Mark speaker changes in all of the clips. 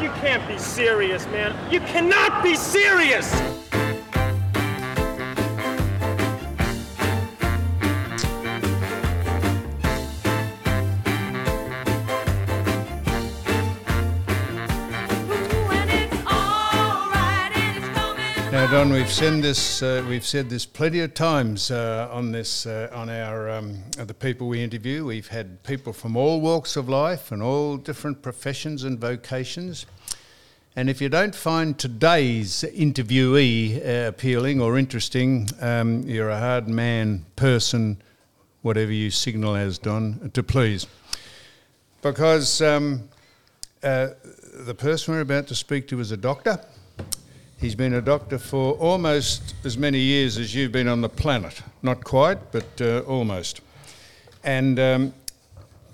Speaker 1: You can't be serious, man. You cannot be serious!
Speaker 2: Now, Don, we've said this. Uh, we've said this plenty of times uh, on this uh, on our um, the people we interview. We've had people from all walks of life and all different professions and vocations. And if you don't find today's interviewee uh, appealing or interesting, um, you're a hard man, person, whatever you signal as, Don, to please. Because um, uh, the person we're about to speak to is a doctor. He's been a doctor for almost as many years as you've been on the planet. Not quite, but uh, almost. And um,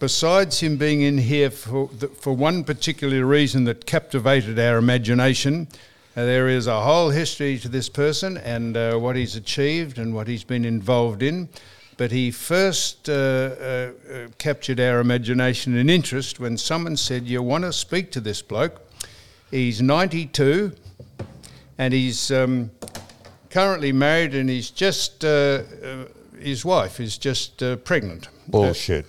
Speaker 2: besides him being in here for, the, for one particular reason that captivated our imagination, uh, there is a whole history to this person and uh, what he's achieved and what he's been involved in. But he first uh, uh, uh, captured our imagination and interest when someone said, You want to speak to this bloke? He's 92 and he's um, currently married and he's just, uh, uh, his wife is just uh, pregnant.
Speaker 3: Bullshit.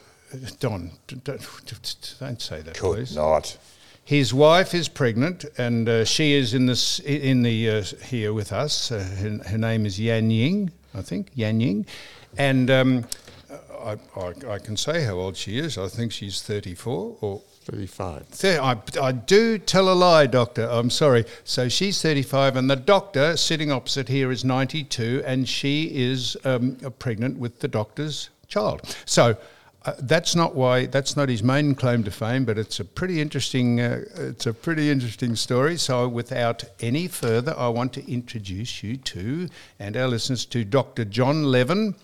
Speaker 2: Don, d- don't, don't say that,
Speaker 3: Could
Speaker 2: please.
Speaker 3: not.
Speaker 2: His wife is pregnant, and uh, she is in this in the uh, here with us. Uh, her, her name is Yan Ying, I think. Yan Ying, and um, I, I, I can say how old she is. I think she's thirty-four or
Speaker 3: 35.
Speaker 2: Thir- I, I do tell a lie, doctor. I'm sorry. So she's 35, and the doctor sitting opposite here is 92, and she is um, pregnant with the doctor's child. So uh, that's not why. That's not his main claim to fame, but it's a pretty interesting. Uh, it's a pretty interesting story. So without any further, I want to introduce you to and our listeners to Dr. John Levin,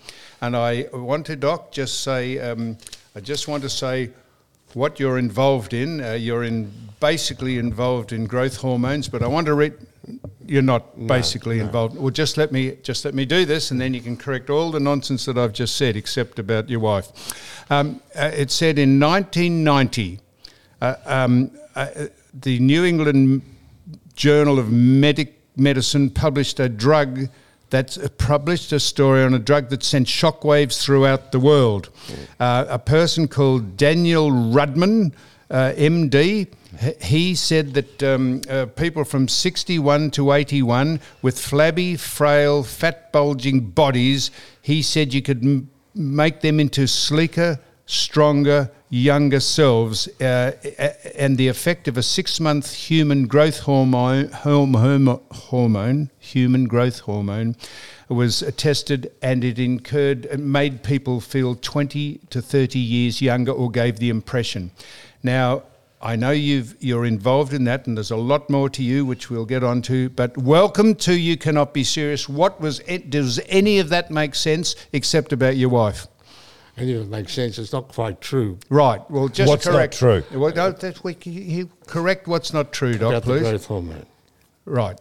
Speaker 2: and I want to doc just say. Um, I just want to say what you're involved in. Uh, you're in basically involved in growth hormones, but I want to read. You're not basically involved. Well, just let me just let me do this, and then you can correct all the nonsense that I've just said, except about your wife. Um, uh, it said in 1990, uh, um, uh, uh, the New England Journal of Medic Medicine published a drug that's uh, published a story on a drug that sent shockwaves throughout the world. Uh, a person called Daniel Rudman, uh, MD, h- he said that um, uh, people from 61 to 81 with flabby, frail, fat bulging bodies, he said you could m- make them into sleeker, stronger, younger selves, uh, a- and the effect of a six-month human growth hormone, horm- horm- hormone, human growth hormone, was tested, and it incurred it made people feel 20 to 30 years younger, or gave the impression. Now. I know you've, you're involved in that, and there's a lot more to you, which we'll get on to. But welcome to You Cannot Be Serious. What was it? Does any of that make sense except about your wife?
Speaker 4: Any of it makes sense. It's not quite true.
Speaker 2: Right. Well, just
Speaker 3: What's not
Speaker 2: correct.
Speaker 3: true?
Speaker 2: Well, no, that's what you, you correct what's not true, Doc,
Speaker 4: about the
Speaker 2: please.
Speaker 4: growth hormone.
Speaker 2: Right.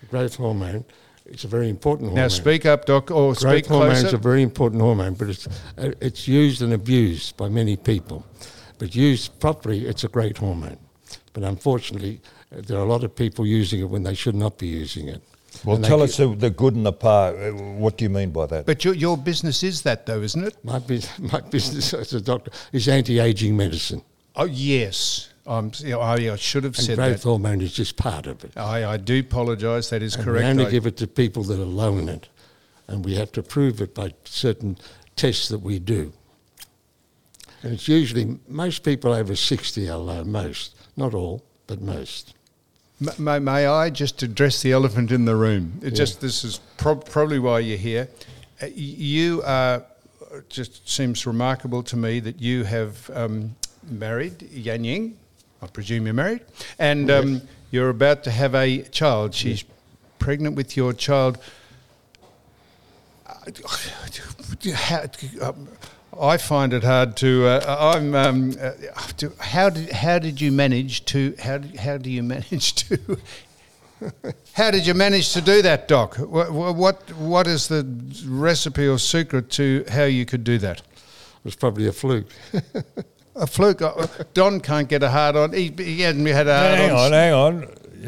Speaker 4: The growth hormone. It's a very important
Speaker 2: Now
Speaker 4: hormone.
Speaker 2: speak up, Doc, or
Speaker 4: growth
Speaker 2: speak
Speaker 4: hormone
Speaker 2: closer.
Speaker 4: is a very important hormone, but it's uh, it's used and abused by many people. But used properly, it's a great hormone. But unfortunately, uh, there are a lot of people using it when they should not be using it.
Speaker 3: Well,
Speaker 4: And they
Speaker 3: tell
Speaker 4: keep-
Speaker 3: us the, the good and the par. uh, What do you mean by that?
Speaker 2: But your, your business is that, though, isn't it?
Speaker 4: My, bus- my business as a doctor is anti-aging medicine,
Speaker 2: Oh, yes. I'm, you know, I, I should have
Speaker 4: and
Speaker 2: said
Speaker 4: growth
Speaker 2: that.
Speaker 4: hormone is just part of it.
Speaker 2: I, I do apologise. That is
Speaker 4: And
Speaker 2: correct.
Speaker 4: We only
Speaker 2: I-
Speaker 4: give it to people that are low in it, and we have to prove it by certain tests that we do. And it's usually most people over sixty are low. Most, not all, but most.
Speaker 2: M- May, may I just address the elephant in the room? It Just this is prob- probably why you're here. Uh, y- You are it just seems remarkable to me that you have um, married Yan Ying. I presume you're married, and um, you're about to have a child. She's pregnant with your child. How- um, I find it hard to. Uh, I'm. Um, uh, to- how did How did you manage to? How did, How do you manage to? how did you manage to do that, Doc? What What What is the recipe or secret to how you could do that?
Speaker 4: It was probably a fluke.
Speaker 2: A fluke. Uh, Don can't get a hard on. He, he hasn't had a hard
Speaker 3: hang
Speaker 2: on.
Speaker 3: on, hang on.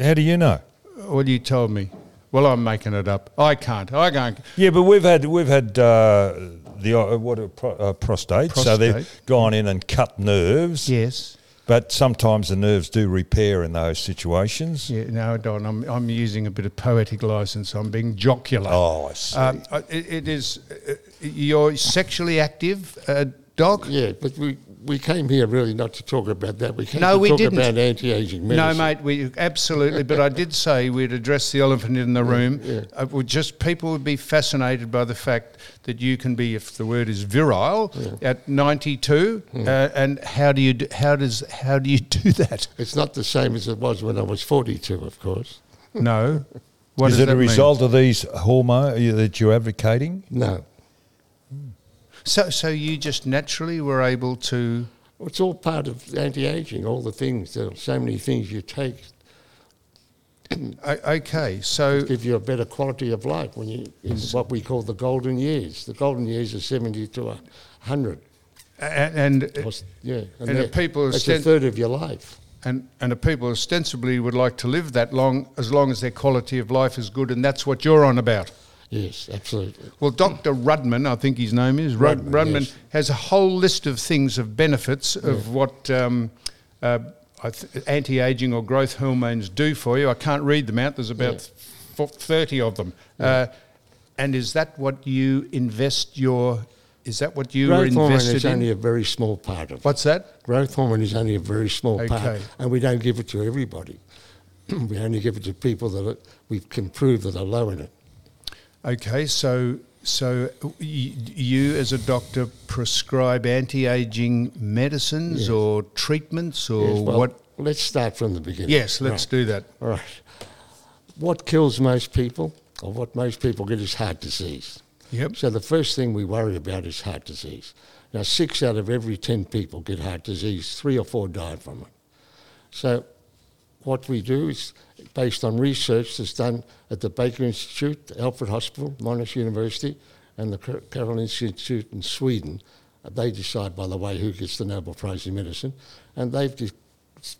Speaker 3: How do you know?
Speaker 2: Well, you told me. Well, I'm making it up. I can't. I can't.
Speaker 3: Yeah, but we've had we've had uh, the uh, what a pro, uh, prostate. So they've
Speaker 2: Prostate.
Speaker 3: gone in and cut nerves.
Speaker 2: Yes.
Speaker 3: But sometimes the nerves do repair in those situations.
Speaker 2: Yeah, no, Don, I'm, I'm using a bit of poetic license. I'm being jocular.
Speaker 3: Oh, I see.
Speaker 2: Um, I- it, it is. Uh, you're sexually active, uh, Doc?
Speaker 4: Yeah, but we, we came here really not to talk about that. We came
Speaker 2: No,
Speaker 4: to
Speaker 2: we
Speaker 4: talk
Speaker 2: didn't.
Speaker 4: about anti-aging medicine.
Speaker 2: No, mate, we absolutely. But I did say we'd address the elephant in the room. Uh, would just people would be fascinated by the fact that you can be, if the word is virile, at 92. Uh,
Speaker 3: Hmm.
Speaker 2: and how do you do, how does how do you do that?
Speaker 4: It's not the same as it was when I was 42, of course.
Speaker 2: No, What
Speaker 3: Is
Speaker 2: does
Speaker 3: it a
Speaker 2: that mean?
Speaker 3: result of these hormones that you're advocating?
Speaker 4: No.
Speaker 2: So so you just naturally were able to.
Speaker 4: It's all part of anti-aging, all the things. There are so many things you take
Speaker 2: o- Okay, so
Speaker 4: give you a better quality of life when you, is what we call the golden years. The golden years are 70 to 100.
Speaker 2: and and,
Speaker 4: Was- yeah.
Speaker 2: And if
Speaker 4: that-
Speaker 2: people are
Speaker 4: that's a
Speaker 2: stent-
Speaker 4: third of your life.
Speaker 2: and and the people ostensibly would like to live that long as long as their quality of life is good, and that's what you're on about.
Speaker 4: Yes, absolutely.
Speaker 2: Well, Dr. Rudman, I think his name is Rud- Rudman,
Speaker 4: Rudman, yes.
Speaker 2: has a whole list of things of benefits of what um, uh, I th- anti-aging or growth hormones do for you. I can't read them out. There's about f thirty of them. Uh, and is that what you invest your? Is that what you are
Speaker 4: Growth hormone is
Speaker 2: invested in?
Speaker 4: only a very small part of it.
Speaker 2: What's that?
Speaker 4: Growth hormone is only a very small
Speaker 2: Okay.
Speaker 4: part, and we don't give it to everybody. we only give it to people that are, we can prove that are low in it.
Speaker 2: Okay, so so y- you as a doctor prescribe anti-aging medicines
Speaker 4: Yes.
Speaker 2: or treatments or
Speaker 4: Yes, well,
Speaker 2: what?
Speaker 4: Let's start from the beginning.
Speaker 2: Yes, let's
Speaker 4: Right.
Speaker 2: do that.
Speaker 4: All right. What kills most people, or what most people get, is heart disease.
Speaker 2: Yep.
Speaker 4: So the first thing we worry about is heart disease. Now, six out of every 10 people get heart disease, three or four die from it. So what we do is based on research that's done at the Baker Institute, the Alfred Hospital, Monash University, and the Kar- Karolinska Institute in Sweden. Uh, They decide, by the way, who gets the Nobel Prize in Medicine, and they've dis-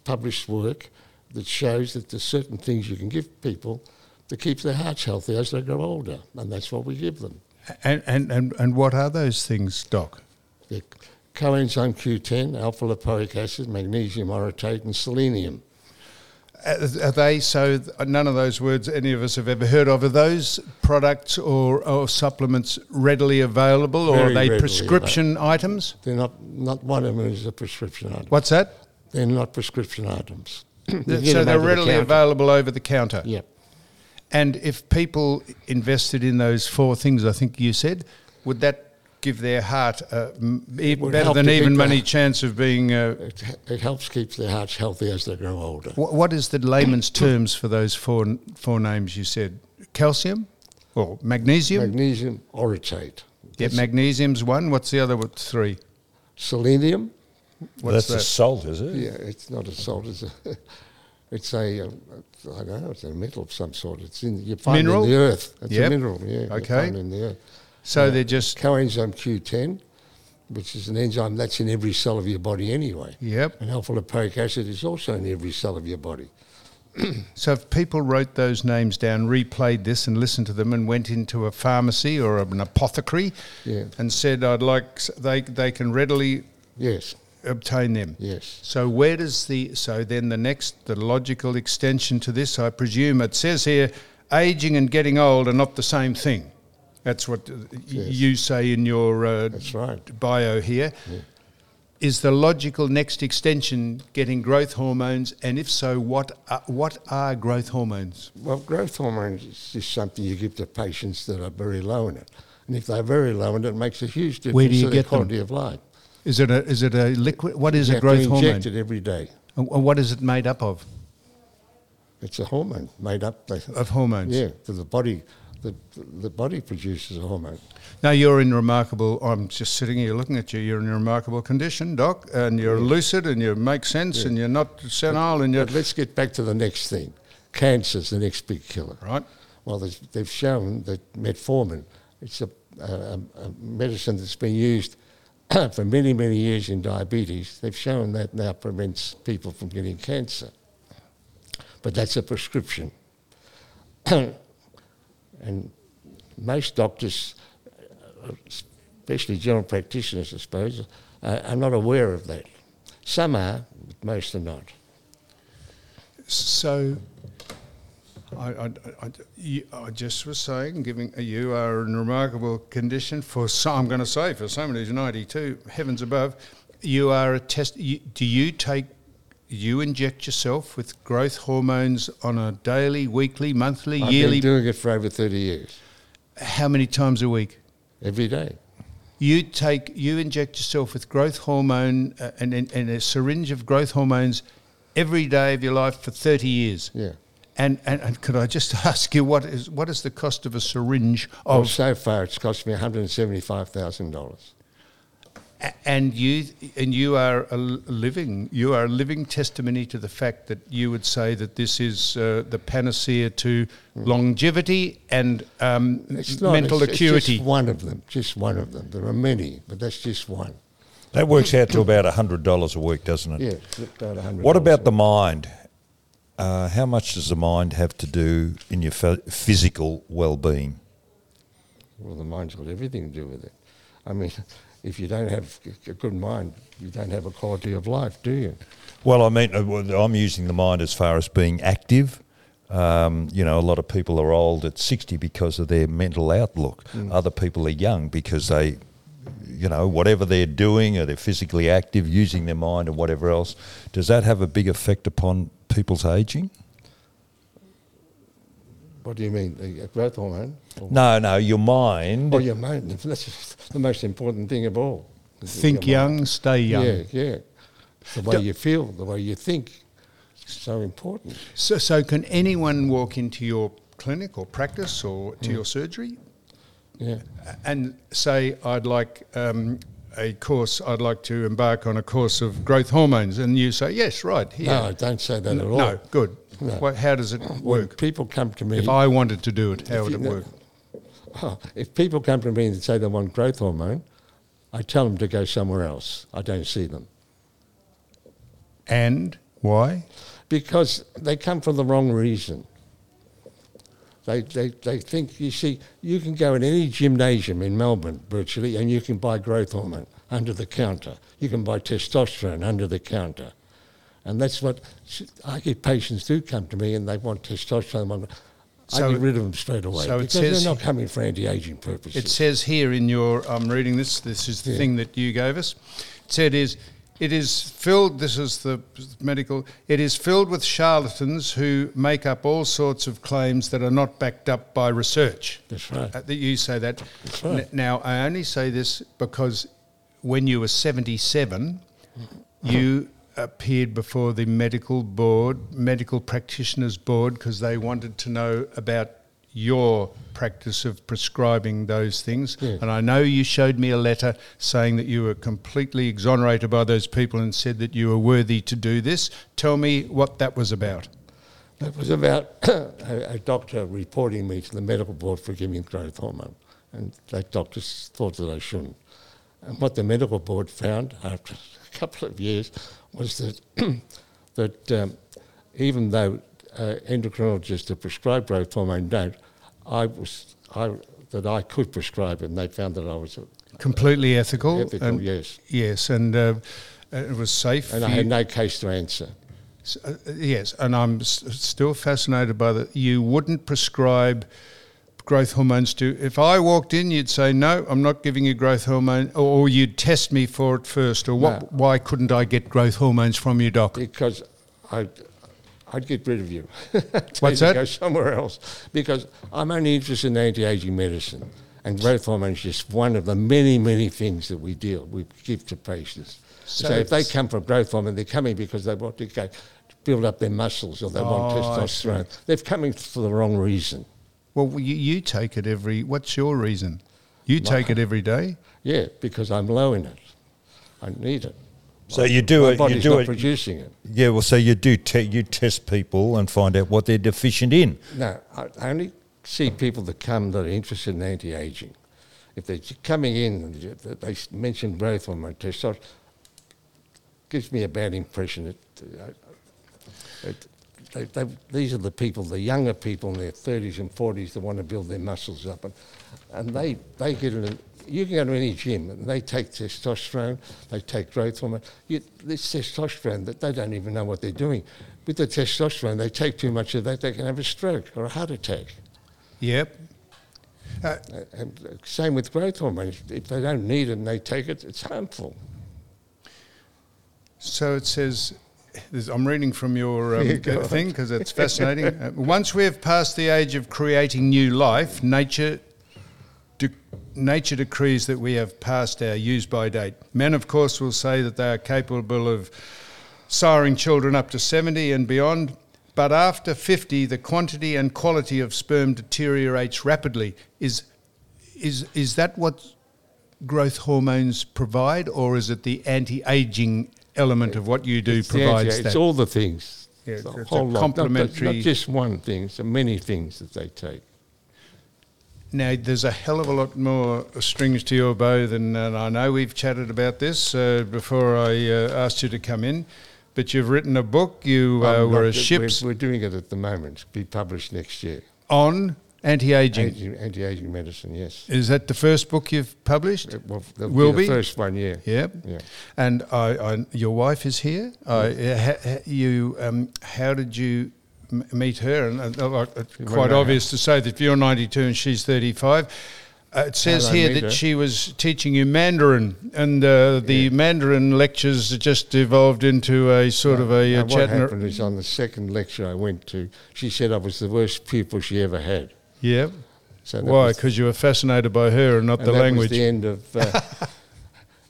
Speaker 4: published work that shows that there's certain things you can give people to keep their hearts healthy as they grow older, and that's what we give them.
Speaker 2: And, and, and, and what are those things, Doc?
Speaker 4: the coenzyme Q10, alpha lipoic acid, magnesium orotate, and selenium.
Speaker 2: Are are they so? th- None of those words any of us have ever heard of. Are those products or, or supplements readily available, or
Speaker 4: Very
Speaker 2: are they
Speaker 4: readily
Speaker 2: prescription items?
Speaker 4: They're not, not one of them is a prescription item.
Speaker 2: What's that?
Speaker 4: They're not prescription items. You
Speaker 2: Th-
Speaker 4: get
Speaker 2: so
Speaker 4: them
Speaker 2: they're
Speaker 4: over the
Speaker 2: readily
Speaker 4: counter.
Speaker 2: available over the counter.
Speaker 4: Yep.
Speaker 2: And if people invested in those four things, I think you said, would that give their heart a m- e-
Speaker 4: would
Speaker 2: better
Speaker 4: help
Speaker 2: than
Speaker 4: to keep
Speaker 2: even
Speaker 4: their-
Speaker 2: money chance of being? Uh,
Speaker 4: It, it helps keep their hearts healthy as they grow older.
Speaker 2: wh- what is the layman's terms for those four n- four names you said? Calcium or magnesium?
Speaker 4: Magnesium orotate.
Speaker 2: Yeah,
Speaker 4: That's
Speaker 2: magnesium's one. What's the other one? Three.
Speaker 4: selenium.
Speaker 2: What's
Speaker 3: That's a salt, is it?
Speaker 4: Yeah, it's not a salt. It's a, it's a, um, it's- I don't know, it's a metal of some sort. It's in, you find
Speaker 2: Mineral?
Speaker 4: in the earth. It's
Speaker 2: Yep.
Speaker 4: a mineral, yeah. you
Speaker 2: Okay.
Speaker 4: find in the earth.
Speaker 2: So they're just.
Speaker 4: coenzyme Q10, which is an enzyme that's in every cell of your body anyway.
Speaker 2: Yep.
Speaker 4: And alpha lipoic acid is also in every cell of your body.
Speaker 2: So if people wrote those names down, replayed this, and listened to them, and went into a pharmacy or an apothecary,
Speaker 4: Yeah.
Speaker 2: and said, "I'd like," s- they they can readily
Speaker 4: Yes,
Speaker 2: obtain them.
Speaker 4: yes.
Speaker 2: So where does the so then the next the logical extension to this? I presume it says here, aging and getting old are not the same thing. That's what uh, y-
Speaker 4: Yes.
Speaker 2: you say in your uh,
Speaker 4: That's right.
Speaker 2: bio here. Is the logical next extension getting growth hormones, and if so, what are, what are growth hormones?
Speaker 4: Well, growth hormone is just something you give to patients that are very low in it. And if they're very low in it, it makes a huge difference
Speaker 2: Where do you
Speaker 4: to their
Speaker 2: get them?
Speaker 4: quality of life.
Speaker 2: Is it a is it a liquid? What is
Speaker 4: you
Speaker 2: a
Speaker 4: have
Speaker 2: growth
Speaker 4: to
Speaker 2: hormone?
Speaker 4: inject it every day.
Speaker 2: And wh- what is it made up of?
Speaker 4: It's a hormone made up by-
Speaker 2: Of hormones.
Speaker 4: Yeah, for the body. The, the body produces a hormone.
Speaker 2: Now you're in remarkable. I'm just sitting here looking at you. You're in remarkable condition, Doc, and you're lucid and you make sense and you're not senile and you're
Speaker 4: But let's get back to the next thing. Cancer's the next big killer.
Speaker 2: right.
Speaker 4: Well, there's- they've shown that metformin, it's a, a, a- a medicine that's been used for many, many years in diabetes. They've shown that now prevents people from getting cancer. But that's a prescription. and most doctors, especially general practitioners, I suppose, are, are not aware of that. Some are, but most are not.
Speaker 2: So, I, I, I- you- I just was saying, giving you are in remarkable condition for. So, I'm going to say for someone who's 92, heavens above, you are a test. You, do you take? You inject yourself with growth hormones on a daily, weekly, monthly,
Speaker 4: I've
Speaker 2: yearly.
Speaker 4: been doing it for over 30 years,
Speaker 2: how many times a week?
Speaker 4: every day.
Speaker 2: You take. You inject yourself with growth hormone uh, and, and, and a syringe of growth hormones every day of your life for 30 years.
Speaker 4: Yeah.
Speaker 2: And, and, and could I just ask you what is what is the cost of a syringe
Speaker 4: Well,
Speaker 2: of
Speaker 4: so far, it's cost me $175,000.
Speaker 2: and you and you are a living you are a living testimony to the fact that you would say that this is uh, the panacea to longevity and um,
Speaker 4: It's not,
Speaker 2: mental
Speaker 4: it's- it's just
Speaker 2: acuity.
Speaker 4: one of them, just one of them. There are many, but that's just one.
Speaker 3: That works out to about $100 a week, doesn't it?
Speaker 4: Yeah, it's about $100.
Speaker 3: What about the mind? Uh, how much does the mind have to do in your phy- physical well-being?
Speaker 4: Well, the mind's got everything to do with it. I mean, if you don't have a good mind, you don't have a quality of life, do you?
Speaker 3: Well, I mean, uh, well, I'm using the mind as far as being active. Um, you know, a lot of people are old at 60 because of their mental outlook.
Speaker 4: Mm.
Speaker 3: Other people are young because they, you know, whatever they're doing or they're physically active, using their mind and whatever else. Does that have a big effect upon people's aging?
Speaker 4: What do you mean, the growth hormone? Or,
Speaker 3: No, no, your mind.
Speaker 4: or your mind? That's the most important thing of all. is
Speaker 2: Think
Speaker 4: your mind.
Speaker 2: young, stay young.
Speaker 4: Yeah, yeah. The way you feel, the way you think, it's so important.
Speaker 2: So, so can anyone walk into your clinic or practice or
Speaker 4: Mm.
Speaker 2: to your surgery
Speaker 4: Yeah.
Speaker 2: and say, I'd like um, a course, I'd like to embark on a course of growth hormones. And you say, yes, right, here.
Speaker 4: No, don't say that at all.
Speaker 2: No, good.
Speaker 4: No.
Speaker 2: What, how does it
Speaker 4: When
Speaker 2: work?
Speaker 4: people come to me,
Speaker 2: If I wanted to do it, how would
Speaker 4: you
Speaker 2: it
Speaker 4: know-
Speaker 2: work?
Speaker 4: Oh, if people come to me and say they want growth hormone, I tell them to go somewhere else. I don't see them
Speaker 2: And why?
Speaker 4: because they come for the wrong reason. They, they, they think, you see, you can go in any gymnasium in Melbourne virtually and you can buy growth hormone under the counter. You can buy testosterone under the counter. And that's what I get patients do come to me and they want testosterone. on-
Speaker 2: So-
Speaker 4: I get rid of them straight away
Speaker 2: so it
Speaker 4: because
Speaker 2: says-
Speaker 4: they're not coming for anti-aging purposes.
Speaker 2: It says here in your, I'm reading this, this is the
Speaker 4: Yeah.
Speaker 2: thing that you gave us. It said is, it is filled, this is the medical, it is filled with charlatans who make up all sorts of claims that are not backed up by research.
Speaker 4: That's right.
Speaker 2: Uh, that you say that.
Speaker 4: That's right.
Speaker 2: N- now, I only say this because when you were 77, you appeared before the medical board, medical practitioners board, because they wanted to know about your practice of prescribing those things.
Speaker 4: Yeah.
Speaker 2: And I know you showed me a letter saying that you were completely exonerated by those people and said that you were worthy to do this. Tell me what that was about.
Speaker 4: It was about a, a doctor reporting me to the medical board for giving growth hormone, and that doctor s- thought that I shouldn't. And what the medical board found after a couple of years was that that um, even though uh, endocrinologists that prescribe growth hormone don't, I was I that I could prescribe it, and they found that I was,
Speaker 2: Completely ethical.
Speaker 4: Ethical,
Speaker 2: and-
Speaker 4: yes.
Speaker 2: Yes, and uh, it was safe.
Speaker 4: and
Speaker 2: for
Speaker 4: I
Speaker 2: you-
Speaker 4: had no case to answer.
Speaker 2: S- uh, Yes, and I'm s- still fascinated by that. You wouldn't prescribe growth hormones to. If I walked in, you'd say, "No, I'm not giving you growth hormone," or, or you'd test me for it first, or what?
Speaker 4: No.
Speaker 2: Why couldn't I get growth hormones from you, doc?
Speaker 4: because I'd, I'd get rid of you.
Speaker 2: What's
Speaker 4: Tell you to
Speaker 2: that?
Speaker 4: Go somewhere else because I'm only interested in anti-aging medicine, and growth hormone is just one of the many, many things that we deal we give to patients. So,
Speaker 2: So
Speaker 4: if they
Speaker 2: it's-
Speaker 4: come for growth hormone, they're coming because they want to go build up their muscles or they want
Speaker 2: Oh, I see.
Speaker 4: testosterone. They're coming for the wrong reason.
Speaker 2: Well, you, you take it every. What's your reason? You take it every day.
Speaker 4: Yeah, because I'm low in it. I need it.
Speaker 3: so you do
Speaker 4: My
Speaker 3: it. You
Speaker 4: body's
Speaker 3: do
Speaker 4: not
Speaker 3: it.
Speaker 4: producing it.
Speaker 3: yeah. Well, so you do. Te- you test people and find out what they're deficient in.
Speaker 4: No, I I only see people that come that are interested in anti-aging. if they're coming in, and if they mention both on my test, so it gives me a bad impression. It, uh, it, they, they, these are the people, the younger people in their 30s and 40s that want to build their muscles up. And, and they, they get in, you can go to any gym and they take testosterone, they take growth hormone. You, this testosterone, that they don't even know what they're doing. With the testosterone, they take too much of that, they can have a stroke or a heart attack.
Speaker 2: Yep. Uh,
Speaker 4: And uh, same with growth hormone. If they don't need it and they take it, it's harmful.
Speaker 2: So it says, this- I'm reading from your um,
Speaker 4: go on.
Speaker 2: thing because it's fascinating. Uh, Once we have passed the age of creating new life, nature. de- Nature decrees that we have passed our use by date. Men, of course, will say that they are capable of siring children up to 70 and beyond, but after 50, the quantity and quality of sperm deteriorates rapidly. Is, is, is that what growth hormones provide, or is it the anti aging element of what you do
Speaker 4: It's the
Speaker 2: provides
Speaker 4: anti-
Speaker 2: that?
Speaker 4: It's all the things.
Speaker 2: Yeah,
Speaker 4: It's
Speaker 2: it's-
Speaker 4: a
Speaker 2: it's a
Speaker 4: whole lot. Not- Not,
Speaker 2: complementary-
Speaker 4: not just one thing. It's many things that they take.
Speaker 2: Now, there's a hell of a lot more strings to your bow than and I know. We've chatted about this uh, before I uh, asked you to come in, but you've written a book. You uh,
Speaker 4: I'm
Speaker 2: were
Speaker 4: not-
Speaker 2: a ship's
Speaker 4: We're, we're doing it at the moment. It'll be published next year.
Speaker 2: on anti-aging.
Speaker 4: Anti- Anti-aging medicine. Yes.
Speaker 2: Is that the first book you've published?
Speaker 4: It will, that'll
Speaker 2: Will
Speaker 4: be,
Speaker 2: be?
Speaker 4: the first one. Yeah.
Speaker 2: Yep.
Speaker 4: Yeah.
Speaker 2: And I, I, your wife is here. I, uh, ha, ha- you, um, how did you m- meet her? And uh, uh, it's
Speaker 4: Well,
Speaker 2: quite
Speaker 4: no.
Speaker 2: obvious to say that if you're 92 and she's 35. Uh, it says
Speaker 4: How did I
Speaker 2: here
Speaker 4: meet
Speaker 2: that
Speaker 4: her?
Speaker 2: she was teaching you Mandarin, and uh, the Mandarin lectures just evolved into a sort of a,
Speaker 4: Now,
Speaker 2: uh
Speaker 4: what
Speaker 2: chat. and a-
Speaker 4: happened is on the second lecture I went to, she said I was the worst pupil she ever had.
Speaker 2: yeah.
Speaker 4: So that
Speaker 2: Why?
Speaker 4: was-
Speaker 2: Because you were fascinated by her and not
Speaker 4: and
Speaker 2: the
Speaker 4: that
Speaker 2: language.
Speaker 4: Was the end of.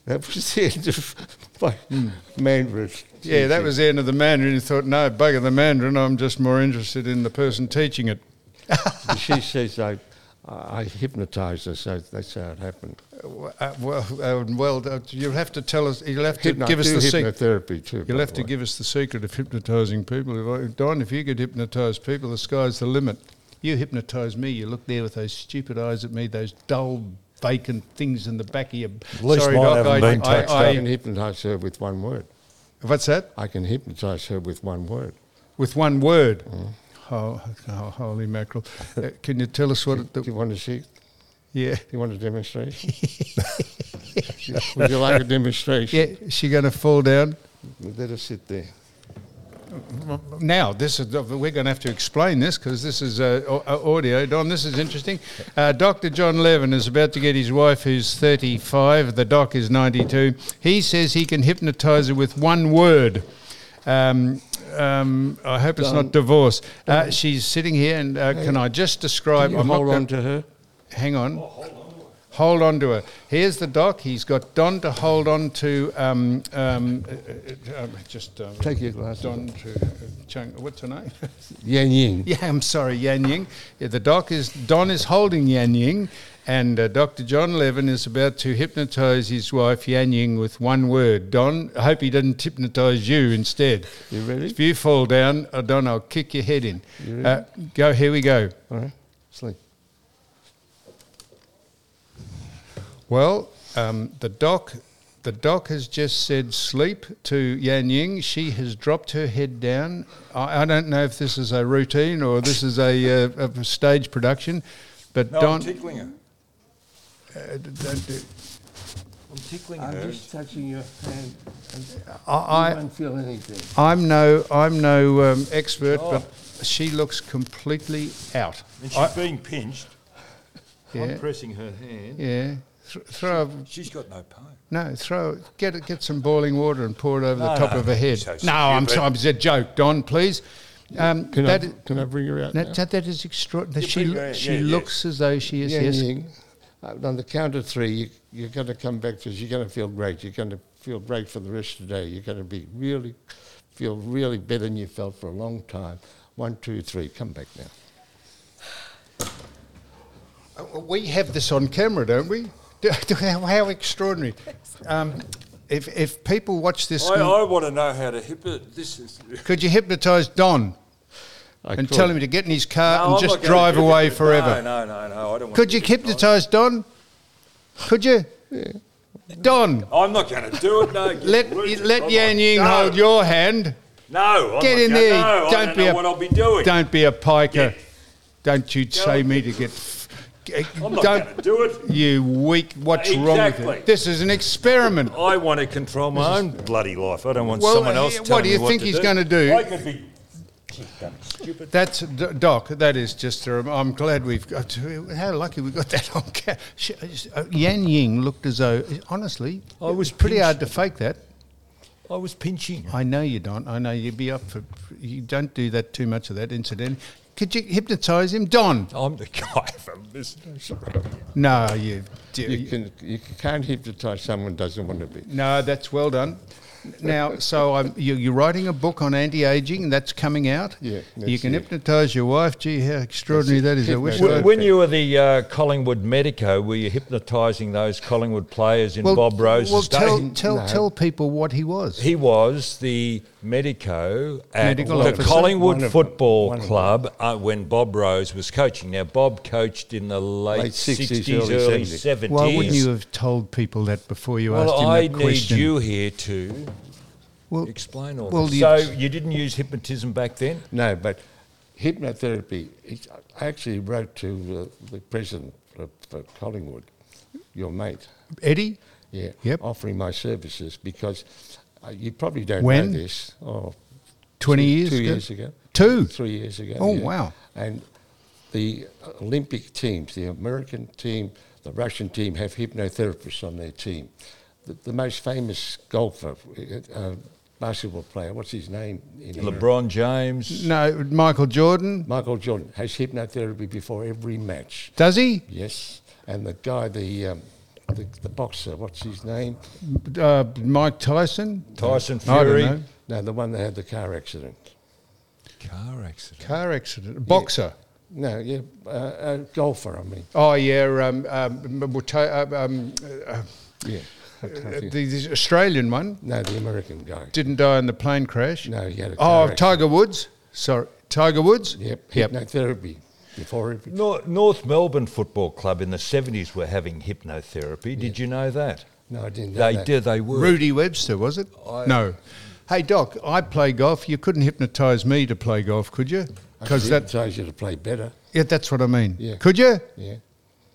Speaker 4: Uh, that was the end of my Mandarin.
Speaker 2: Hmm. Yeah, that
Speaker 4: teaching.
Speaker 2: was the end of the Mandarin. You thought, no, bugger the Mandarin. I'm just more interested in the person teaching it.
Speaker 4: And she says I, I hypnotised her, so that's how it happened.
Speaker 2: Well, uh, well, uh, well uh, you'll have to tell us. You'll have to
Speaker 4: Hypno-
Speaker 2: give us
Speaker 4: do
Speaker 2: the secret.
Speaker 4: hypnotherapy too. by
Speaker 2: You'll have
Speaker 4: the
Speaker 2: to
Speaker 4: way.
Speaker 2: give us the secret of hypnotising people. If I, Don, if you could hypnotise people, the sky's the limit. You hypnotise me. You look there with those stupid eyes at me, those dull, vacant things in the back of your.
Speaker 3: At least
Speaker 2: Sorry,
Speaker 3: mine
Speaker 2: Doc. I,
Speaker 3: haven't been
Speaker 2: I,
Speaker 3: touched
Speaker 2: I,
Speaker 4: I can hypnotise her with one word.
Speaker 2: what's that?
Speaker 4: I can hypnotise her with one word.
Speaker 2: With one word. Oh, oh, holy mackerel! Uh, can you tell us what? It,
Speaker 4: Do you want to see?
Speaker 2: yeah,
Speaker 4: Do you want to demonstrate? Would you like a demonstration?
Speaker 2: yeah. Is she going to fall down?
Speaker 4: Let her sit there.
Speaker 2: now this is we're going to have to explain this because this is uh, au- au- audio don this is interesting uh, dr john levin is about to get his wife who's 35 the doc is 92 he says he can hypnotize her with one word um, um, I hope it's not divorce. Uh, she's sitting here, and uh, can I just describe?
Speaker 4: Can you
Speaker 2: I'm not
Speaker 4: hold
Speaker 2: go-
Speaker 4: on to her.
Speaker 2: Hang on. Hold on to her. Here's the doc. He's got Don to hold on to. Um, um, uh, uh, uh, just um,
Speaker 4: Take your glasses
Speaker 2: Don to uh, Chang. What's her name?
Speaker 4: Yan Ying.
Speaker 2: yeah, I'm sorry, Yan Ying. Yeah, the doc is Don is holding Yan Ying, and uh, Dr. John Levin is about to hypnotize his wife Yan Ying with one word. Don, I hope he didn't hypnotize you instead.
Speaker 4: You ready?
Speaker 2: If you fall down, uh, Don, I'll kick your head in. Uh, go. Here we go.
Speaker 4: All right. Sleep.
Speaker 2: Well, um, the doc, the doc has just said sleep to Yan Ying. She has dropped her head down. I, I don't know if this is a routine or this is a, uh, a stage production, but
Speaker 5: No, I'm
Speaker 2: Don,
Speaker 5: tickling her.
Speaker 2: uh, d- d-
Speaker 5: I'm tickling
Speaker 4: I'm
Speaker 5: her.
Speaker 4: just touching your hand. And
Speaker 2: I,
Speaker 4: I don't feel anything.
Speaker 2: I, am no, I'm no um, expert, but she looks completely out.
Speaker 5: Oh. And she's being pinched.
Speaker 2: Yeah,
Speaker 5: I'm pressing her hand.
Speaker 2: yeah. Th- throw, a-
Speaker 5: She's got no pain.
Speaker 2: no, throw, get it, get some boiling water and pour it over the
Speaker 5: No,
Speaker 2: top
Speaker 5: no,
Speaker 2: of her head.
Speaker 5: so
Speaker 2: no, I'm
Speaker 5: stupid.
Speaker 2: sorry, it's a joke, Don. Please. Um,
Speaker 4: Can,
Speaker 2: that
Speaker 4: I,
Speaker 2: is-
Speaker 4: can I bring her out?
Speaker 2: That,
Speaker 4: now?
Speaker 2: that, that is extraordinary.
Speaker 5: Yeah,
Speaker 2: She,
Speaker 5: bring
Speaker 2: loo-
Speaker 5: her in.
Speaker 2: she
Speaker 5: Yeah, yeah.
Speaker 2: looks as though she is,
Speaker 4: Yan
Speaker 2: yes.
Speaker 4: Ying, uh, on the count of three, you, you're going to come back to this. You're going to feel great. You're going to feel great for the rest of the day. You're going to be really, feel really better than you felt for a long time. One, two, three. Come back now.
Speaker 2: Uh, We have this on camera, don't we? Do- do- How how extraordinary. Um, if, if people watch this,
Speaker 5: I, I want to know how to hypnot. This is.
Speaker 2: could you hypnotise Don
Speaker 4: I
Speaker 2: and
Speaker 4: could.
Speaker 2: tell him to get in his car
Speaker 5: No,
Speaker 2: and
Speaker 5: I'm
Speaker 2: just
Speaker 5: not gonna
Speaker 2: drive
Speaker 5: do
Speaker 2: away
Speaker 5: that. No,
Speaker 2: forever?
Speaker 5: no, no, no. I don't want
Speaker 2: Could
Speaker 5: to
Speaker 2: you
Speaker 5: hypnotise.
Speaker 2: hypnotise Don? Could you? Don,
Speaker 5: I'm not going to do it. No, get
Speaker 2: let,
Speaker 5: rooted.
Speaker 2: let
Speaker 5: I'm
Speaker 2: Yan
Speaker 5: not-
Speaker 2: Ying
Speaker 5: no,
Speaker 2: hold your hand.
Speaker 5: No, I'm
Speaker 2: Get
Speaker 5: not
Speaker 2: in
Speaker 5: gonna-
Speaker 2: there.
Speaker 5: No,
Speaker 2: don't
Speaker 5: I don't
Speaker 2: be
Speaker 5: know
Speaker 2: a,
Speaker 5: what I'll be doing.
Speaker 2: Don't be a piker.
Speaker 5: Yeah.
Speaker 2: Don't you say
Speaker 5: on.
Speaker 2: me to get.
Speaker 5: I'm not
Speaker 2: don't-
Speaker 5: going to do it.
Speaker 2: You weak. What's wrong with
Speaker 5: Exactly.
Speaker 2: it? This is an experiment.
Speaker 5: I want to control my own bloody life. I don't want
Speaker 2: Well,
Speaker 5: someone else
Speaker 2: he- what
Speaker 5: telling
Speaker 2: do you
Speaker 5: me what
Speaker 2: think
Speaker 5: to
Speaker 2: he's
Speaker 5: do.
Speaker 2: gonna do?
Speaker 5: I could be. He's done stupid.
Speaker 2: That's D- Doc. That is just. A, rem- I'm glad we've got. To, how lucky we got that on camera. uh, Yan Ying looked as though, honestly,
Speaker 3: I
Speaker 2: it
Speaker 3: was
Speaker 2: pretty
Speaker 3: pinched.
Speaker 2: hard to fake that.
Speaker 3: I was pinching.
Speaker 2: I know you don't. I know you'd be up for. You don't do that too much of that incident. Could you hypnotise him, Don?
Speaker 3: I'm the guy from this.
Speaker 2: No, you. Do,
Speaker 4: You, can, you can't hypnotise someone who doesn't want to be.
Speaker 2: No, that's well done. Now, so I'm, you, you're writing a book on anti-aging. That's coming out.
Speaker 4: Yeah,
Speaker 2: you
Speaker 4: that's
Speaker 2: can
Speaker 4: it.
Speaker 2: hypnotise your wife. Gee, how extraordinary that is. I wish.
Speaker 4: Hypno-
Speaker 2: I'd-
Speaker 3: When you were the uh, Collingwood medico, were you hypnotising those Collingwood players in Bob Rose's
Speaker 2: well, tell
Speaker 3: days?
Speaker 2: tell, tell people what he was.
Speaker 3: He was the medico at
Speaker 2: Medical
Speaker 3: the
Speaker 2: officer.
Speaker 3: Collingwood
Speaker 4: One of them.
Speaker 3: Football
Speaker 4: One of them.
Speaker 3: Club uh, when Bob Rose was coaching. Now, Bob coached in the late,
Speaker 4: Late 60s,
Speaker 3: 60s,
Speaker 4: early
Speaker 3: early
Speaker 4: 70s.
Speaker 3: 70s.
Speaker 2: Why wouldn't you have told people that before you asked him
Speaker 3: well, I
Speaker 2: that
Speaker 3: need
Speaker 2: question?
Speaker 3: you here to
Speaker 2: Well,
Speaker 3: explain all
Speaker 2: well,
Speaker 3: this.
Speaker 2: you-
Speaker 3: So you didn't use hypnotism back then?
Speaker 4: No, but hypnotherapy. it's- I actually wrote to uh, the president of uh, Collingwood, your mate,
Speaker 2: Eddie.
Speaker 4: yeah,
Speaker 2: Yep.
Speaker 4: offering my services because uh, you probably don't
Speaker 2: When?
Speaker 4: know this. Oh,
Speaker 2: Twenty
Speaker 4: two-
Speaker 2: years.
Speaker 4: two
Speaker 2: ago?
Speaker 4: years ago.
Speaker 2: Two.
Speaker 4: Three years ago.
Speaker 2: Oh, wow.
Speaker 4: And the Olympic teams, the American team, the Russian team, have hypnotherapists on their team. The, the most famous golfer, uh, uh, basketball player, what's his name? in America?
Speaker 3: LeBron James.
Speaker 2: No, Michael Jordan.
Speaker 4: Michael Jordan has hypnotherapy before every match.
Speaker 2: Does he?
Speaker 4: Yes, and the guy, the um, the, the boxer, what's his name?
Speaker 2: Uh, Mike Tyson.
Speaker 3: Tyson
Speaker 2: I don't
Speaker 3: Fury.
Speaker 2: know.
Speaker 4: No, the one that had the car accident.
Speaker 3: Car accident.
Speaker 2: Car accident. Boxer.
Speaker 4: No, yeah, uh, uh, golfer. I mean,
Speaker 2: Oh yeah. Um, um, m- t- uh, um, uh,
Speaker 4: yeah. I can't
Speaker 2: the,
Speaker 4: think.
Speaker 2: the Australian one
Speaker 4: no, the American guy.
Speaker 2: didn't die in the plane crash.
Speaker 4: No, he had a car
Speaker 2: Oh,
Speaker 4: accident.
Speaker 2: Tiger Woods. Sorry, Tiger Woods.
Speaker 4: Yep,
Speaker 2: Yep.
Speaker 4: hypnotherapy before every.
Speaker 3: Nor- North Melbourne Football Club in the 70s were having hypnotherapy. Did you know that?
Speaker 4: No, I didn't. Know
Speaker 3: They
Speaker 4: that.
Speaker 3: did, they were.
Speaker 2: Rudy Webster was it? no. Hey Doc, I play golf. You couldn't hypnotise me to play golf, could you? Because
Speaker 4: that
Speaker 2: that,
Speaker 4: tells you to play better.
Speaker 2: yeah, that's what I mean.
Speaker 4: Yeah.
Speaker 2: Could you?
Speaker 4: Yeah.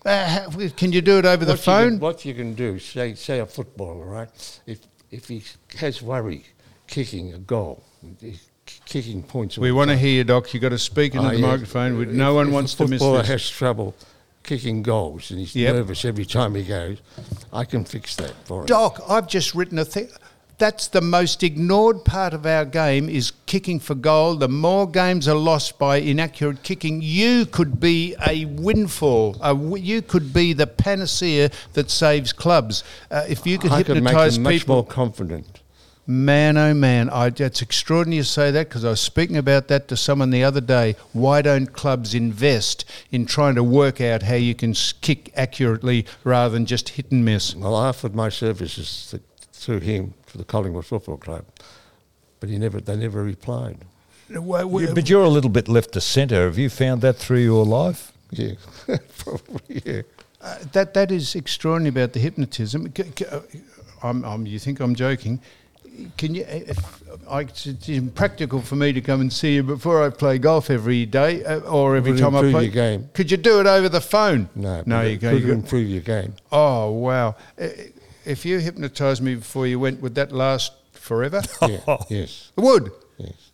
Speaker 2: Uh, how- can you do it over
Speaker 4: What
Speaker 2: the
Speaker 4: you can-
Speaker 2: phone?
Speaker 4: what you can do, say, say a footballer, right? If if he has worry, kicking a goal, he's k- kicking points.
Speaker 2: we want to hear you, Doc. You got to speak into
Speaker 4: Ah,
Speaker 2: the
Speaker 4: yeah.
Speaker 2: microphone. We,
Speaker 4: If-
Speaker 2: no one
Speaker 4: if
Speaker 2: wants
Speaker 4: a
Speaker 2: to miss
Speaker 4: footballer
Speaker 2: this.
Speaker 4: has trouble kicking goals and he's
Speaker 2: Yep.
Speaker 4: nervous every time he goes. I can fix that for him.
Speaker 2: Doc, I've just written a thing. That's the most ignored part of our game is kicking for goal. The more games are lost by inaccurate kicking, you could be a windfall. A w- you could be the panacea that saves clubs. Uh, if you could
Speaker 4: I can make
Speaker 2: hypnotise
Speaker 4: him much
Speaker 2: people,
Speaker 4: more confident.
Speaker 2: man, oh man, I, it's extraordinary you say that because I was speaking about that to someone the other day. Why don't clubs invest in trying to work out how you can s- kick accurately rather than just hit and miss?
Speaker 4: Well, I offered my services to, through him to the Collingwood Football Club, but he never they never replied.
Speaker 2: Wha- wha-
Speaker 3: Yeah, but you're a little bit left to centre. Have you found that through your life?
Speaker 4: Yeah, probably. Yeah.
Speaker 2: Uh, that that is extraordinary about the hypnotism. C- c- uh, I'm, I'm, you think I'm joking? Can you? uh, If I, it's impractical for me to come and see you before I play golf every day uh, or every
Speaker 4: Would
Speaker 2: time I
Speaker 4: improve
Speaker 2: play
Speaker 4: your game.
Speaker 2: Could you do it over the phone?
Speaker 4: No,
Speaker 2: no,
Speaker 4: but
Speaker 2: you
Speaker 4: it
Speaker 2: go.
Speaker 4: could
Speaker 2: You go
Speaker 4: improve your game.
Speaker 2: oh wow! Uh, If you hypnotised me before you went, would that last forever? it
Speaker 4: Yeah, yes,
Speaker 2: would.
Speaker 4: yes.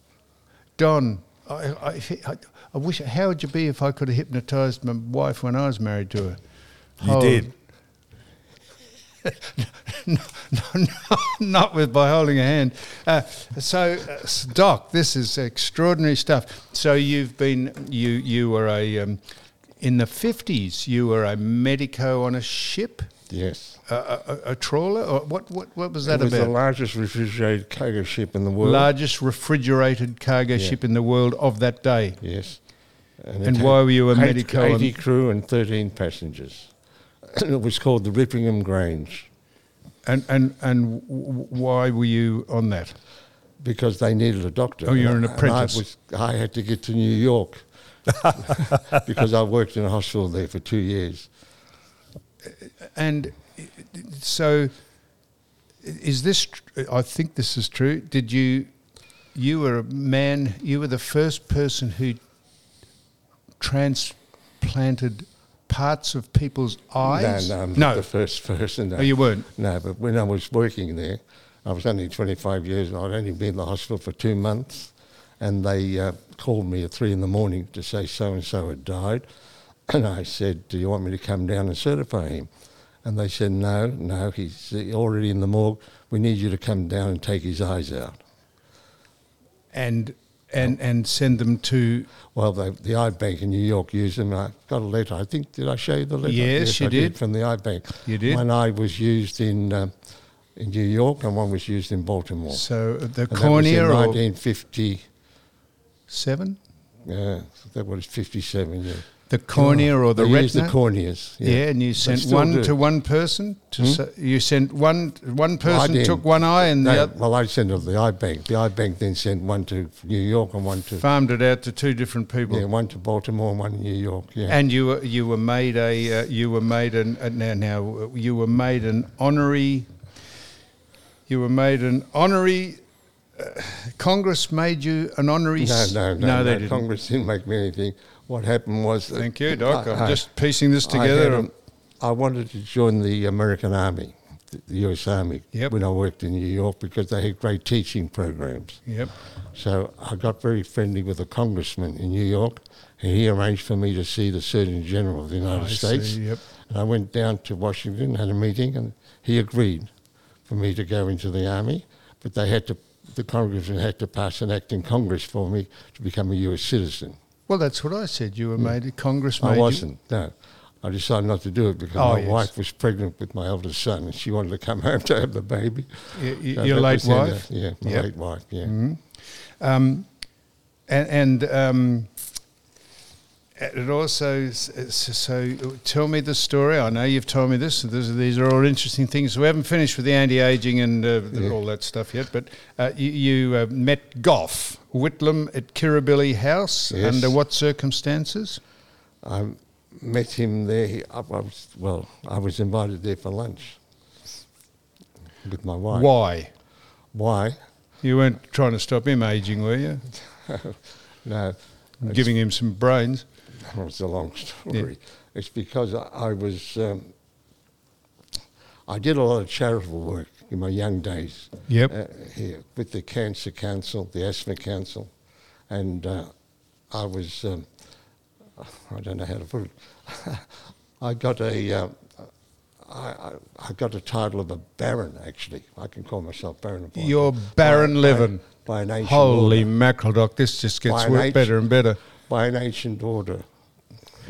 Speaker 2: Don, I, I, if it- I, I wish. How would you be if I could have hypnotised my wife when I was married to her?
Speaker 3: You
Speaker 2: Oh.
Speaker 3: did.
Speaker 2: no, no, no, not with by holding a hand. Uh, so, uh, Doc, this is extraordinary stuff. So you've been you you were a um, in the fifties. You were a medico on a ship,
Speaker 4: Yes.
Speaker 2: a, a, a- a trawler, or what? What, what was that
Speaker 4: it was the
Speaker 2: about?
Speaker 4: largest refrigerated cargo ship in the world.
Speaker 2: Largest refrigerated cargo
Speaker 4: Yeah.
Speaker 2: ship in the world of that day.
Speaker 4: Yes.
Speaker 2: And
Speaker 4: it
Speaker 2: why
Speaker 4: had
Speaker 2: were you a
Speaker 4: eight-
Speaker 2: medico on-
Speaker 4: 80 crew and 13 passengers. And it was called the Rippingham Grange
Speaker 2: And and and w- why were you on that?
Speaker 4: because they needed a doctor.
Speaker 2: Oh, you're an
Speaker 4: And I- and
Speaker 2: apprentice.
Speaker 4: I, was, I had to get to New York because I worked in a hospital there for two years.
Speaker 2: and so is this tr- i think this is true did you you were a man you were the first person who transplanted parts of people's eyes
Speaker 4: No, no, I'm
Speaker 2: no
Speaker 4: not um, the first person. No.
Speaker 2: Oh, you weren't?
Speaker 4: No, but when I was working there, I was only 25 years old. I'd only been in the hospital for two months, and they uh, called me at three in the morning to say so and so had died, and I said, "Do you want me to come down and certify him?" And they said, "No, no, he's already in the morgue. We need you to come down and take his eyes out."
Speaker 2: and and and send them to
Speaker 4: Well, the, the iBank in New York used them. I got a letter. I think did I show you the letter?
Speaker 2: Yes, you
Speaker 4: I
Speaker 2: did.
Speaker 4: from the iBank.
Speaker 2: You did.
Speaker 4: One eye was used in uh, in New York, and one was used in Baltimore.
Speaker 2: so the
Speaker 4: Oh. And that was
Speaker 2: cornea
Speaker 4: in
Speaker 2: or
Speaker 4: 1950.
Speaker 2: seven
Speaker 4: Yeah, uh, that was 57. Yeah.
Speaker 2: the cornea or the
Speaker 4: Oh, they used
Speaker 2: retina
Speaker 4: the corneas.
Speaker 2: yeah. and you
Speaker 4: They
Speaker 2: sent
Speaker 4: still
Speaker 2: one
Speaker 4: do.
Speaker 2: to one person to se- you sent one one
Speaker 4: Well, I
Speaker 2: person took
Speaker 4: didn't.
Speaker 2: one eye and
Speaker 4: No,
Speaker 2: the other
Speaker 4: Well, I sent it to the iBank. The iBank then sent one to New York and one to
Speaker 2: farmed it out to two different people
Speaker 4: yeah, one to Baltimore and one in New York. Yeah.
Speaker 2: And you were you were made a uh, you were made an uh, now now uh, you were made an honorary. You were made an honorary. Uh, Congress made you an honorary.
Speaker 4: no,
Speaker 2: s-
Speaker 4: no, no,
Speaker 2: they
Speaker 4: no,
Speaker 2: didn't.
Speaker 4: Congress didn't make me anything. What happened was that
Speaker 2: Thank you, Doc. I, am
Speaker 4: I-
Speaker 2: just piecing this
Speaker 4: I had
Speaker 2: together.
Speaker 4: a- I wanted to join the American Army, the- the U.S. Army,
Speaker 2: Yep.
Speaker 4: when I worked in New York because they had great teaching programs.
Speaker 2: yep.
Speaker 4: So I got very friendly with a congressman in New York, and he arranged for me to see the Surgeon General of the United
Speaker 2: I see,
Speaker 4: States.
Speaker 2: yep.
Speaker 4: And I went down to Washington, had a meeting, and he agreed for me to go into the army, but they had to. The congressman had to pass an act in Congress for me to become a U.S. citizen.
Speaker 2: Well, that's what I said. You were made a Congress. made
Speaker 4: I
Speaker 2: you-
Speaker 4: wasn't. No, I decided not to do it because
Speaker 2: Oh,
Speaker 4: my
Speaker 2: yes.
Speaker 4: wife was pregnant with my eldest son, and she wanted to come home to have the baby.
Speaker 2: Y- y-
Speaker 4: So
Speaker 2: your
Speaker 4: that
Speaker 2: late
Speaker 4: was the end
Speaker 2: wife?
Speaker 4: of- yeah, my
Speaker 2: Yep.
Speaker 4: late wife. Yeah.
Speaker 2: and, and um, it also s- s- so tell me the story. I know you've told me this. and this these are all interesting things. We haven't finished with the anti-aging and uh, the- all that stuff yet. But uh, you, you uh, met Goff Whitlam at Kirribilli House.
Speaker 4: Yes.
Speaker 2: Under what circumstances?
Speaker 4: I met him there. He, I, I was well. I was invited there for lunch with my wife.
Speaker 2: Why?
Speaker 4: Why?
Speaker 2: You weren't trying to stop him aging, were you?
Speaker 4: No,
Speaker 2: Giving him some brains.
Speaker 4: Well, it's a long story. It's because I, I was, um, I did a lot of charitable work in my young days.
Speaker 2: Yep.
Speaker 4: Uh, here with the Cancer Council, the Asthma Council, and uh, I was, um, I don't know how to put it. I got a, um, I, I, I got a title of a baron. Actually, I can call myself baron. of Byron.
Speaker 2: You're Baron
Speaker 4: by,
Speaker 2: Levin.
Speaker 4: by, by an ancient
Speaker 2: Holy
Speaker 4: order
Speaker 2: mackerel, Doc! This just
Speaker 4: By
Speaker 2: gets
Speaker 4: an
Speaker 2: wor-
Speaker 4: ancient-
Speaker 2: better and better.
Speaker 4: by an ancient order,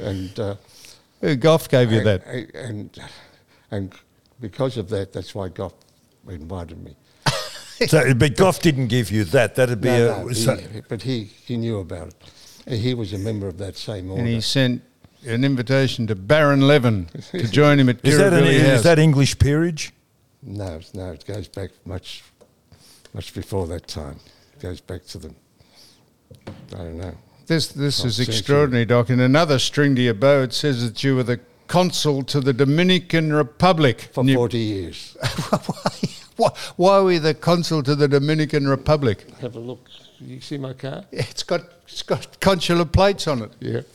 Speaker 4: and. Uh,
Speaker 2: Who Goff gave you that?
Speaker 4: And, and and because of that, that's why Goff invited me.
Speaker 3: So, but Goff didn't give you that. That'd be
Speaker 4: No,
Speaker 2: uh,
Speaker 3: a.
Speaker 4: no,
Speaker 3: so-
Speaker 4: he- but he, he knew about it. He was a member of that same order.
Speaker 2: and he sent an invitation to Baron Levin to join him at
Speaker 3: is, that an,
Speaker 2: Kirribilli House.
Speaker 3: is that English peerage?
Speaker 4: no, it's- no, it goes back much, much before that time. It goes back to them. I don't know.
Speaker 2: this this is
Speaker 4: Constitution.
Speaker 2: extraordinary, Doc. In another string to your bow, it says that you were the consul to the Dominican Republic.
Speaker 4: For
Speaker 2: And you-
Speaker 4: 40 years.
Speaker 2: why, why were you the consul to the Dominican Republic?
Speaker 4: Have a look. You see my car?
Speaker 2: It's got, it's got consular plates on it.
Speaker 4: Yeah.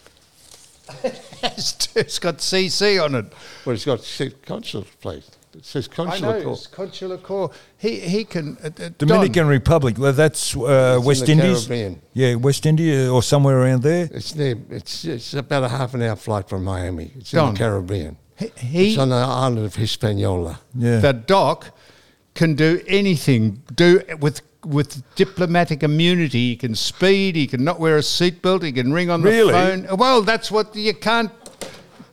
Speaker 2: It's, it's got CC on it.
Speaker 4: Well, it's got said consul's place. It says
Speaker 2: I
Speaker 4: consular
Speaker 2: know,
Speaker 4: corps.
Speaker 2: it's consular corps. He, he can... Uh, uh, Don,
Speaker 3: Dominican Republic. Well, that's uh,
Speaker 4: in
Speaker 3: West
Speaker 4: the
Speaker 3: Indies.
Speaker 4: Caribbean.
Speaker 3: Yeah, West India or somewhere around there.
Speaker 4: It's near. It's it's about a half an hour flight from Miami. It's in
Speaker 2: Don.
Speaker 4: the Caribbean.
Speaker 2: He- he-
Speaker 4: it's on the island of Hispaniola.
Speaker 3: Yeah.
Speaker 2: the doc can do anything do with with diplomatic immunity he can speed he can not wear a seatbelt he can ring on
Speaker 3: Really?
Speaker 2: the phone well that's what you can't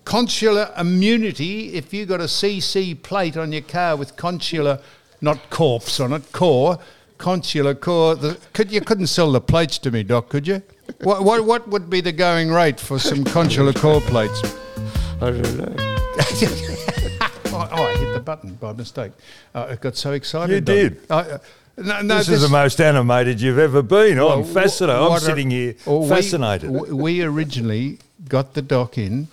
Speaker 2: consular immunity if you got a cc plate on your car with consular not corpse on it core consular core the, could you couldn't sell the plates to me doc could you what, what, what would be the going rate for some consular core plates
Speaker 4: I don't know.
Speaker 2: Oh, oh, I hit the button by mistake. Uh, I got so excited.
Speaker 3: You
Speaker 2: Don.
Speaker 3: did.
Speaker 2: I, uh, no, no, Oh,
Speaker 3: this, is the most animated you've ever been. I'm
Speaker 2: wh-
Speaker 3: fascinated. I'm
Speaker 2: what a-
Speaker 3: sitting here
Speaker 2: Oh, we-
Speaker 3: fascinated.
Speaker 2: w- We, originally got the doc in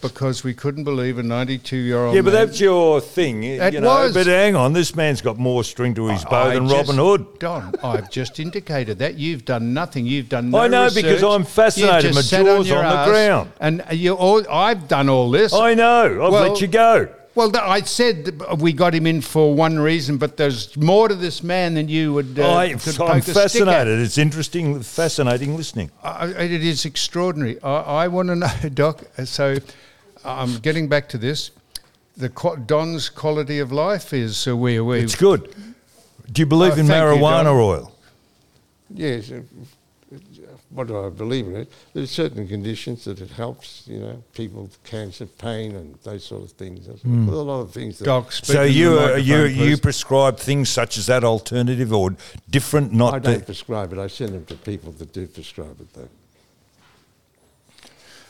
Speaker 2: because we couldn't believe a 92 year old.
Speaker 5: Yeah, but that's your thing. you
Speaker 2: oh, That
Speaker 5: know.
Speaker 2: was.
Speaker 5: But hang on, this man's got more string to his bow
Speaker 2: I
Speaker 5: than
Speaker 2: just-
Speaker 5: Robin Hood.
Speaker 2: Don, I've just indicated that you've done nothing. You've done. No
Speaker 5: I know, because
Speaker 2: research.
Speaker 5: I'm fascinated.
Speaker 2: You've just
Speaker 5: My
Speaker 2: sat
Speaker 5: jaw's
Speaker 2: your
Speaker 5: on the
Speaker 2: arse
Speaker 5: ground.
Speaker 2: and you all. I've done all this.
Speaker 5: I know. I've
Speaker 2: Well-
Speaker 5: let you go.
Speaker 2: well, th- I said that we got him in for one reason, but there's more to this man than you would. Uh,
Speaker 5: I,
Speaker 2: could
Speaker 5: I'm
Speaker 2: poke a stick at.
Speaker 5: fascinated. It's interesting, fascinating listening.
Speaker 2: I, it is extraordinary. I, I want to know, Doc. uh, So I'm getting back to this. The qu- Don's quality of life is uh, where we.
Speaker 5: It's good. Do you believe
Speaker 2: Oh,
Speaker 5: in
Speaker 2: thank you,
Speaker 5: marijuana
Speaker 2: Don.
Speaker 5: oil?
Speaker 4: Yes. uh, What do I believe in it? There are certain conditions that it helps, you know, people with cancer, pain, and those sort of things. There's a lot of things that
Speaker 2: Doc, speak
Speaker 5: so
Speaker 2: into the
Speaker 5: you are,
Speaker 2: microphone,
Speaker 5: you you
Speaker 2: please.
Speaker 5: prescribe things such as that alternative or different,
Speaker 4: I
Speaker 5: not
Speaker 4: don't
Speaker 5: the,
Speaker 4: prescribe it. I send them to people that do prescribe it, though.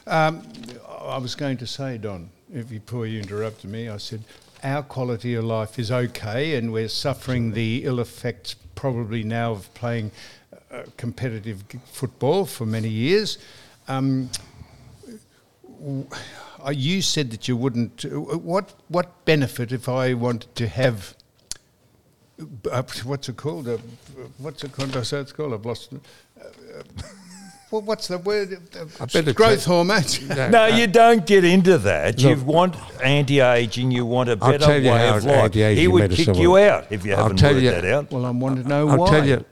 Speaker 2: I was going to say, Don, if you before you interrupted me, I said our quality of life is okay, and we're suffering the ill effects probably now of playing uh, competitive g- football for many years. Um, w- uh, you said that you wouldn't. uh, What what benefit if I wanted to have? Uh, what's it called? Uh, what's it called? I said it's called. I've lost. it. Uh, uh, well, what's the word? Uh,
Speaker 4: better
Speaker 2: growth
Speaker 4: take-
Speaker 2: hormones.
Speaker 5: No,
Speaker 4: Uh,
Speaker 5: you don't get into that. you want anti-aging. You want a
Speaker 4: I'll
Speaker 5: better
Speaker 4: tell you
Speaker 5: way
Speaker 4: how
Speaker 5: of life.
Speaker 4: anti-aging
Speaker 5: He would
Speaker 4: medicine
Speaker 5: kick you
Speaker 4: works.
Speaker 5: out if you
Speaker 4: I'll
Speaker 5: haven't
Speaker 4: tell
Speaker 5: worked
Speaker 4: you-
Speaker 5: that out.
Speaker 2: Well, I want to know
Speaker 4: I'll
Speaker 2: why.
Speaker 4: tell you.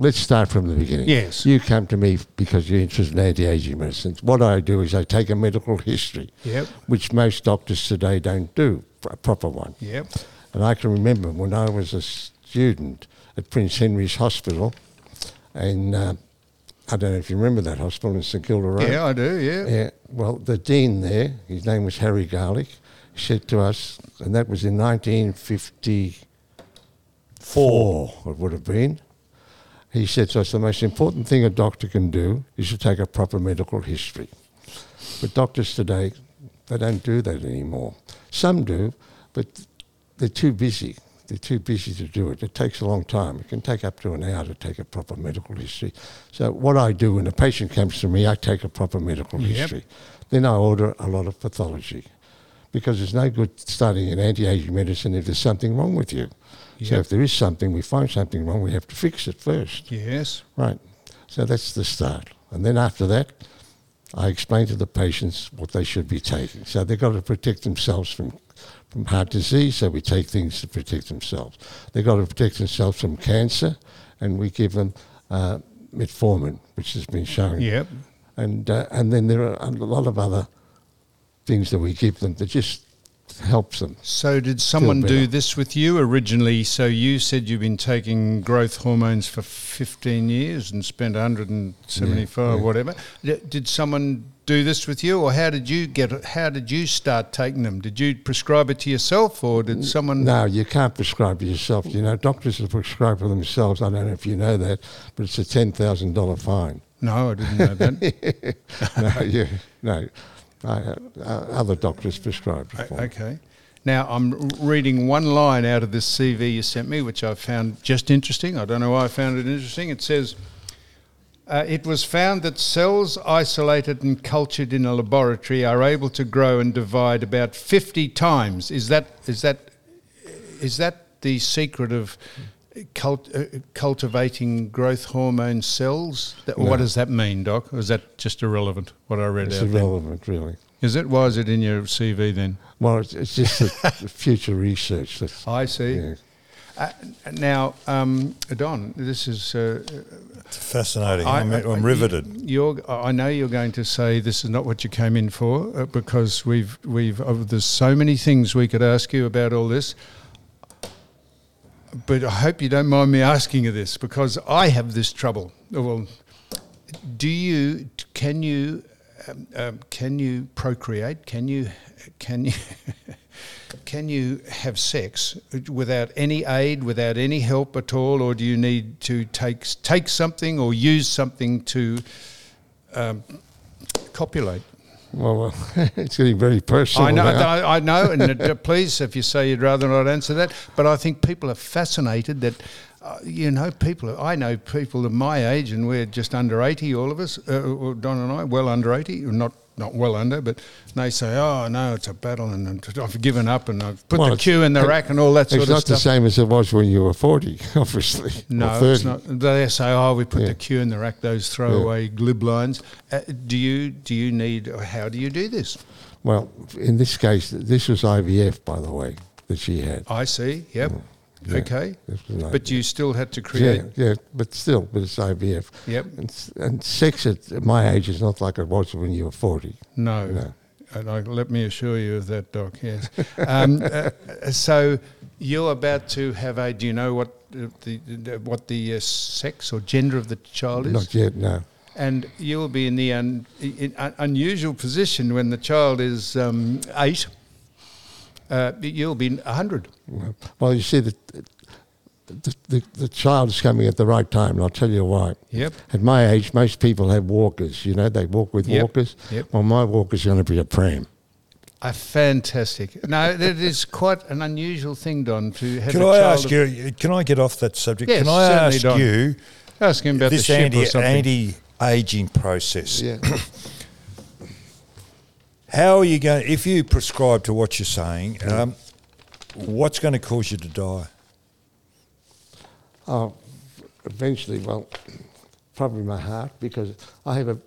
Speaker 4: Let's start from the beginning.
Speaker 2: Yes.
Speaker 4: You come to me because you're interested in anti-aging medicines. What I do is I take a medical history,
Speaker 2: Yep.
Speaker 4: which most doctors today don't do, a proper one.
Speaker 2: Yep.
Speaker 4: And I can remember when I was a student at Prince Henry's Hospital, and uh, I don't know if you remember that hospital in St Kilda Road.
Speaker 2: Yeah, I do. Yeah.
Speaker 4: Yeah, well, the dean there, his name was Harry Garlick, said to us, and that was in 1954, it would have been. He said to us, the most important thing a doctor can do is to take a proper medical history. But doctors today, they don't do that anymore. Some do, but they're too busy. They're too busy to do it. It takes a long time. It can take up to an hour to take a proper medical history. So what I do when a patient comes to me, I take a proper medical history. Then I order a lot of pathology because there's no good studying in anti-aging medicine if there's something wrong with you. So
Speaker 2: Yep.
Speaker 4: if there is something, we find something wrong, we have to fix it first.
Speaker 2: Yes.
Speaker 4: Right. So that's the start. And then after that, I explain to the patients what they should be taking. So they've got to protect themselves from, from heart disease, so we take things to protect themselves. They've got to protect themselves from cancer, and we give them uh, metformin, which has been shown.
Speaker 2: Yep.
Speaker 4: And, uh, and then there are a lot of other things that we give them that just helps them.
Speaker 2: So did someone
Speaker 4: better.
Speaker 2: do this with you originally? So you said you've been taking growth hormones for 15 years and spent 175 whatever. D- Did someone do this with you or how did you get how did you start taking them? Did you prescribe it to yourself or did someone
Speaker 4: No, you can't prescribe it yourself. You know, doctors are prescribe for themselves. I don't know if you know that, but it's a ten thousand dollar fine.
Speaker 2: No, I didn't know that.
Speaker 4: no, you, no. I, uh, other doctors prescribe. it for me.
Speaker 2: Okay. Now I'm r- reading one line out of this CV you sent me, which I found just interesting. I don't know why I found it interesting. It says, uh, "It was found that cells isolated and cultured in a laboratory are able to grow and divide about 50 times." Is that is that is that the secret of cult, uh, cultivating growth hormone cells? That, What does that mean, Doc? Or is that just irrelevant? What I read
Speaker 4: It's
Speaker 2: out there
Speaker 4: irrelevant, really.
Speaker 2: is it? Why is it in your CV then?
Speaker 4: Well, it's, it's just the, the future research. That's,
Speaker 2: I see.
Speaker 4: Yeah.
Speaker 2: Uh, now, um, Don, this is. Uh,
Speaker 3: Fascinating.
Speaker 2: I-
Speaker 3: I'm,
Speaker 2: I-
Speaker 3: I'm riveted.
Speaker 2: you're, I know you're going to say this is not what you came in for uh, because we've we've oh, there's so many things we could ask you about all this. But I hope you don't mind me asking you this because I have this trouble. Oh, Well, do you can you um, um, can you procreate? Can you can you can you have sex without any aid, without any help at all, or do you need to take take something or use something to um, copulate?
Speaker 4: Well, well it's getting very personal.
Speaker 2: I know,
Speaker 4: now.
Speaker 2: I, I know, and uh, please, if you say you'd rather not answer that, but I think people are fascinated that, uh, you know, people. I know uh, people of my age, and we're just under eighty, all of us. Uh, well, Don and I, well under eighty, not not well under, but they say, oh, no, it's a battle and I'm- I've given up and I've put
Speaker 4: Well,
Speaker 2: the
Speaker 4: it's-
Speaker 2: queue in the
Speaker 4: it-
Speaker 2: rack and all that sort
Speaker 4: It's
Speaker 2: of
Speaker 4: not the
Speaker 2: stuff.
Speaker 4: same as it was when you were 40, obviously. or
Speaker 2: No,
Speaker 4: 30.
Speaker 2: it's not. They say, "Oh, we put
Speaker 4: Yeah.
Speaker 2: the queue in the rack." Those throwaway glib lines. Uh, do you do you need? Or how do you do this?
Speaker 4: Well, in this case, this was IVF, by the way, that she had.
Speaker 2: I see. Yep.
Speaker 4: Yeah.
Speaker 2: Okay.
Speaker 4: This was like-
Speaker 2: But you still had to create.
Speaker 4: yeah, yeah, but still, but it's IVF.
Speaker 2: Yep.
Speaker 4: And, s- and sex at my age is not like it was when you were 40.
Speaker 2: No.
Speaker 4: No.
Speaker 2: And I, let me assure you of that, Doc. Yes. um, uh, so you're about to have a. Do you know what uh, the the- what the uh, sex or gender of the child is?
Speaker 4: Not yet, no.
Speaker 2: And you'll be in the un, in un, unusual position when the child is um, eight. Uh, you'll be hundred.
Speaker 4: Well, you see, the, the, the, the child is coming at the right time, and I'll tell you why.
Speaker 2: Yep.
Speaker 4: At my age, most people have walkers, you know, they walk with
Speaker 2: Yep,
Speaker 4: walkers.
Speaker 2: yep.
Speaker 4: Well, my walker's going to be a pram.
Speaker 2: A fantastic. No, it is quite an unusual thing, Don, to have
Speaker 3: Can
Speaker 2: a
Speaker 3: I
Speaker 2: child
Speaker 3: ask
Speaker 2: of-
Speaker 3: you? Can I get off that subject?
Speaker 2: Yes,
Speaker 3: can I
Speaker 2: certainly,
Speaker 3: ask
Speaker 2: Don.
Speaker 3: you
Speaker 2: Ask him about the
Speaker 3: this
Speaker 2: ship or
Speaker 3: anti
Speaker 2: something.
Speaker 3: anti aging process?
Speaker 4: Yeah.
Speaker 3: How are you going? If you prescribe to what you're saying, um, what's going to cause you to die?
Speaker 4: Oh, eventually, well, probably my heart because I have a,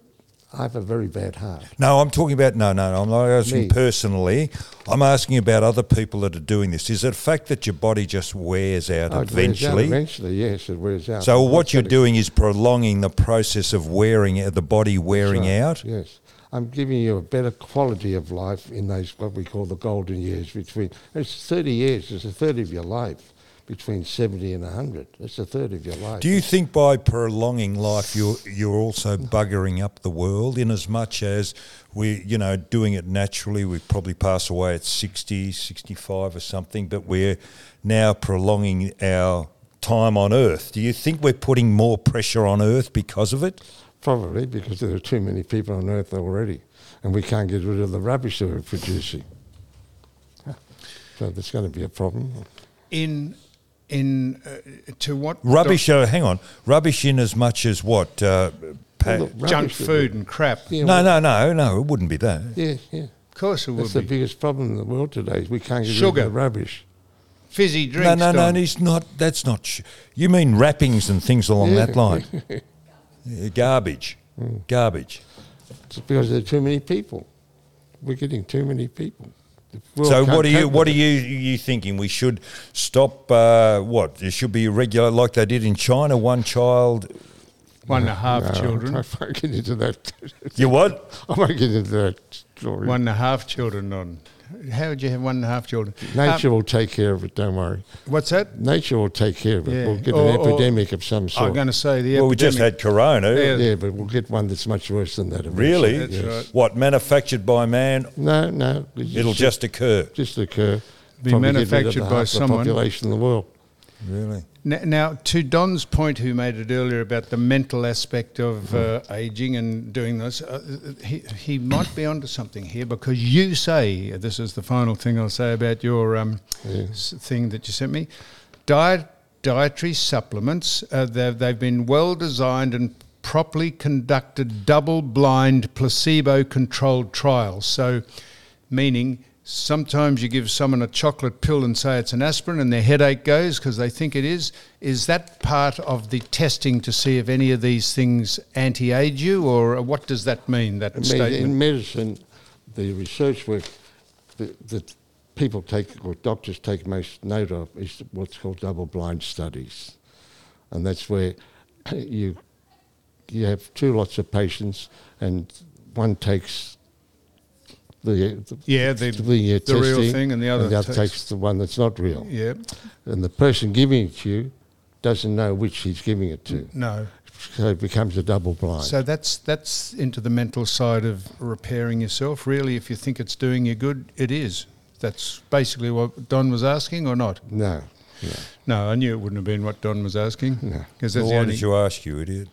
Speaker 4: I have a very bad heart.
Speaker 3: No, I'm talking about no, no. no, I'm not asking
Speaker 4: Me.
Speaker 3: personally. I'm asking about other people that are doing this. Is it a fact that your body just wears out
Speaker 4: Oh, it wears out
Speaker 3: eventually?
Speaker 4: eventually, yes, it wears out.
Speaker 3: So
Speaker 4: I've
Speaker 3: what you're
Speaker 4: got a-
Speaker 3: doing is prolonging the process of wearing the body wearing
Speaker 4: Right,
Speaker 3: out.
Speaker 4: Yes. I'm giving you a better quality of life in those, what we call the golden years between, it's 30 years, it's a third of your life between 70 and 100. It's a third of your life.
Speaker 3: Do you think by prolonging life you're you're also buggering up the world in as much as we you know doing it naturally we probably pass away at 60 65 or something but we're now prolonging our time on earth do you think we're putting more pressure on earth because of it
Speaker 4: Probably because there are too many people on Earth already and we can't get rid of the rubbish that we're producing. So there's going to be a problem.
Speaker 2: Uh, in in uh, to what
Speaker 3: rubbish oh, hang on rubbish in as much as what uh, pa-
Speaker 4: Well, the
Speaker 2: doc- junk
Speaker 4: rubbish that-
Speaker 2: food and crap.
Speaker 4: Yeah,
Speaker 3: no no no no it wouldn't be that
Speaker 4: Yeah, yeah.
Speaker 2: Of course, it would
Speaker 4: That's the
Speaker 2: be
Speaker 4: biggest problem in the world today is we can't get
Speaker 2: Sugar.
Speaker 4: rid of the rubbish.
Speaker 2: fizzy drinks.
Speaker 3: no, no,
Speaker 2: Don.
Speaker 3: no, it's not. That's not. Sh- you mean wrappings and things along that line? Yeah, garbage,
Speaker 4: Hmm.
Speaker 3: garbage.
Speaker 4: It's because there are too many people. We're getting too many people. The world
Speaker 3: so
Speaker 4: can't
Speaker 3: what are you?
Speaker 4: cope
Speaker 3: What are
Speaker 4: with
Speaker 3: you? You thinking we should stop? Uh, what there should be regular like they did in China, one child.
Speaker 2: One and a half
Speaker 4: it. No, Uh, I
Speaker 2: children.
Speaker 4: won't get into that.
Speaker 3: You what?
Speaker 4: I won't get into that story.
Speaker 2: One and a half children. Don. How would you have one and a half children?
Speaker 4: Nature
Speaker 2: Um,
Speaker 4: will take care of it. Don't worry.
Speaker 2: what's that?
Speaker 4: Nature will take care of it.
Speaker 2: Yeah.
Speaker 4: We'll get
Speaker 2: Or-
Speaker 4: an
Speaker 2: or-
Speaker 4: epidemic of some sort.
Speaker 2: I'm going to say the.
Speaker 3: Well, we just
Speaker 2: epidemic.
Speaker 3: had Corona.
Speaker 2: Yeah.
Speaker 4: yeah, but we'll get one that's much worse than that. eventually.
Speaker 3: Really?
Speaker 2: That's right.
Speaker 3: What manufactured by man?
Speaker 4: No, no. it's
Speaker 3: It'll just occur.
Speaker 4: just occur.
Speaker 2: Be
Speaker 4: Probably get rid of
Speaker 2: manufactured
Speaker 4: the
Speaker 2: by
Speaker 4: half
Speaker 2: someone.
Speaker 4: The population in the world.
Speaker 3: Really?
Speaker 2: Now, now, to Don's point, who made it earlier about the mental aspect of uh, aging and doing this, uh, he, he might be onto something here because you say this is the final thing I'll say about your um, s- thing that you sent me. Diet, dietary supplements, uh, they've, they've been well designed and properly conducted double blind placebo controlled trials. So, meaning sometimes you give someone a chocolate pill and say it's an aspirin and their headache goes because they think it is is that part of the testing to see if any of these things anti-age you or what does that mean that
Speaker 4: I mean,
Speaker 2: statement
Speaker 4: in medicine, the research work that, that people take or doctors take most note of is what's called double-blind studies, and that's where you you have two lots of patients, and one takes the, the
Speaker 2: yeah the,
Speaker 4: the, uh,
Speaker 2: the real
Speaker 4: testing,
Speaker 2: thing and the other,
Speaker 4: takes, the one that's not real,
Speaker 2: yeah
Speaker 4: and the person giving it to you doesn't know which he's giving it to,
Speaker 2: no
Speaker 4: so it becomes a double-blind.
Speaker 2: so that's that's into the mental side of repairing yourself really if you think it's doing you good it is that's basically what don was asking or not
Speaker 4: no, no.
Speaker 2: no i knew it wouldn't have been what don was asking
Speaker 4: No.
Speaker 2: because
Speaker 3: Well,
Speaker 2: that's the
Speaker 3: why
Speaker 2: only
Speaker 3: did you ask, you idiot?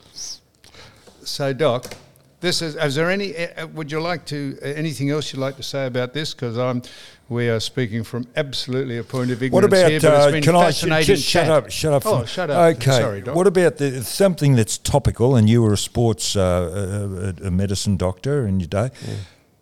Speaker 2: So, Doc, this is. Is there any? eh, eh, Would you like to? eh, Anything else you'd like to say about this? Because I'm. We are speaking from absolutely a point of ignorance
Speaker 3: What about
Speaker 2: here, but it's
Speaker 3: uh,
Speaker 2: been
Speaker 3: can I sh-
Speaker 2: fascinating
Speaker 3: just shut
Speaker 2: chat.
Speaker 3: up? Shut up!
Speaker 2: Oh,
Speaker 3: for-
Speaker 2: shut up.
Speaker 3: Okay.
Speaker 2: Sorry, Doc.
Speaker 3: What about the, something that's topical? And you were a sports uh, uh, uh, a medicine doctor in your day.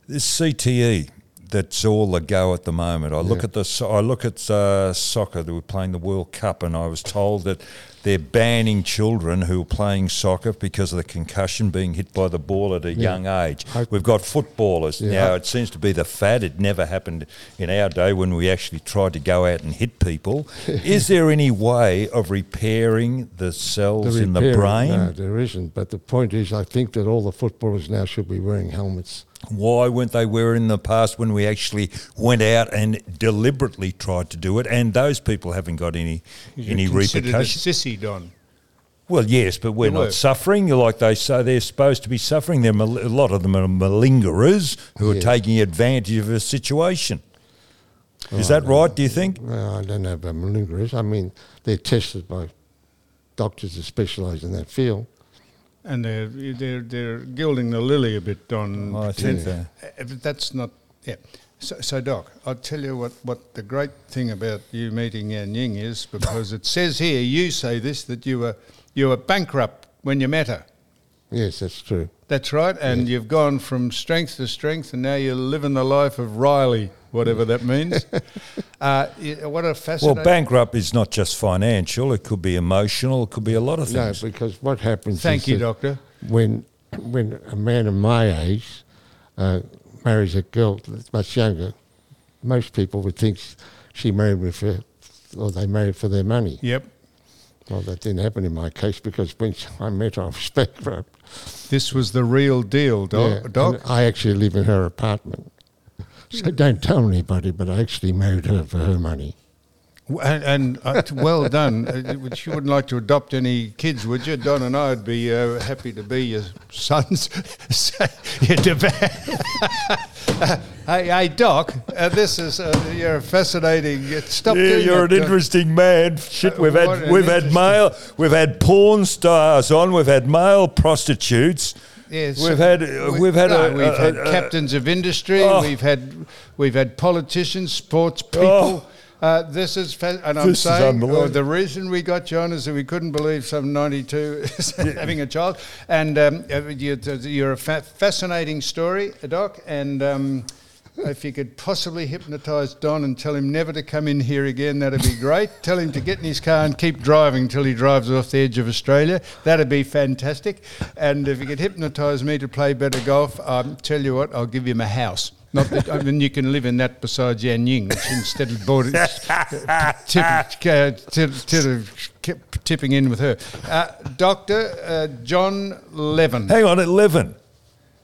Speaker 3: This CTE that's all the go at the moment. I look at the so- I look at uh, soccer. They were playing the World Cup, and I was told that they're banning children who are playing soccer because of the concussion being hit by the ball at a young age. We've got footballers now. It seems to be the fad. It never happened in our day when we actually tried to go out and hit people. Is there any way of repairing the cells in the
Speaker 4: repairing-
Speaker 3: brain?
Speaker 4: No, there isn't. But the point is, I think that all the footballers now should be wearing helmets.
Speaker 3: Why weren't they wearing in the past when we actually went out and deliberately tried to do it? And those people haven't got any
Speaker 2: Considered
Speaker 3: any
Speaker 2: a
Speaker 3: repercussions.
Speaker 2: sissy, Don.
Speaker 3: Well, yes, but we're
Speaker 2: They were.
Speaker 3: not suffering. Like they say, they're supposed to be suffering. They're mal- a lot of them are malingerers who are
Speaker 4: Yeah.
Speaker 3: taking advantage of a situation. Is that right? Do you think?
Speaker 4: Well, I don't know about malingerers. I mean, they're tested by doctors that specialise in that field.
Speaker 2: And they're, they're, they're gilding the lily a bit, Don.
Speaker 3: Oh, I think so.
Speaker 2: Uh, but that's not. Yeah. So, so, Doc, I'll tell you what, what the great thing about you meeting Yan Ying is because it says here, you say this, that you were, you were bankrupt when you met her.
Speaker 4: Yes, that's true.
Speaker 2: That's right. And you've gone from strength to strength, and now you're living the life of Riley, whatever that means. uh, y- what a
Speaker 3: Well,
Speaker 2: fascinating.
Speaker 3: bankrupt is not just financial. It could be emotional. It could be a lot of
Speaker 4: No,
Speaker 3: things.
Speaker 4: because what happens?
Speaker 2: Thank
Speaker 4: is
Speaker 2: you,
Speaker 4: that
Speaker 2: Doctor.
Speaker 4: When when a man of my age uh, marries a girl that's much younger, most people would think she married me for, or they married for their money.
Speaker 2: Yep.
Speaker 4: Well, that didn't happen in my case because when I met her, I was bankrupt.
Speaker 2: This was the real deal, Doc.
Speaker 4: Yeah,
Speaker 2: Doc?
Speaker 4: and I actually live in her apartment. So don't tell anybody, but I actually married her for her money.
Speaker 2: W- And, and uh, t- well done. Uh, you would- you wouldn't like to adopt any kids, would you? Don and I would be uh, happy to be your sons. So, your deba- hey, hey, Doc, uh, this is uh, you're a fascinating. uh, Stop
Speaker 3: Yeah,
Speaker 2: doing
Speaker 3: you're
Speaker 2: that,
Speaker 3: an
Speaker 2: Doc.
Speaker 3: interesting man. Shit,
Speaker 2: Uh,
Speaker 3: we've
Speaker 2: what
Speaker 3: had
Speaker 2: an
Speaker 3: we've had
Speaker 2: interesting-
Speaker 3: male we've had porn stars on. We've had male prostitutes.
Speaker 2: Yes,
Speaker 3: we've had uh, we've had
Speaker 2: no,
Speaker 3: a,
Speaker 2: we've
Speaker 3: a-
Speaker 2: had
Speaker 3: a-
Speaker 2: captains of industry.
Speaker 3: Oh.
Speaker 2: We've had we've had politicians, sports
Speaker 3: Oh.
Speaker 2: people. Uh, this is fa- and I'm
Speaker 3: This is
Speaker 2: saying
Speaker 3: unbelievable.
Speaker 2: oh, the reason we got you on is that we couldn't believe some 92 is having a child, and um, uh, you, you're a fa- fascinating story, Doc, and. Um, if you could possibly hypnotise Don and tell him never to come in here again, that'd be great. tell him to get in his car and keep driving till he drives off the edge of Australia. That'd be fantastic. And if you could hypnotise me to play better golf, I um, tell you what, I'll give him a house. Not that, I mean, you can live in that besides Yan Ying, which instead of bought it, tip, uh, tip, tip, kept tipping in with her. Uh, Doctor uh, John Levin.
Speaker 3: hang on, eleven.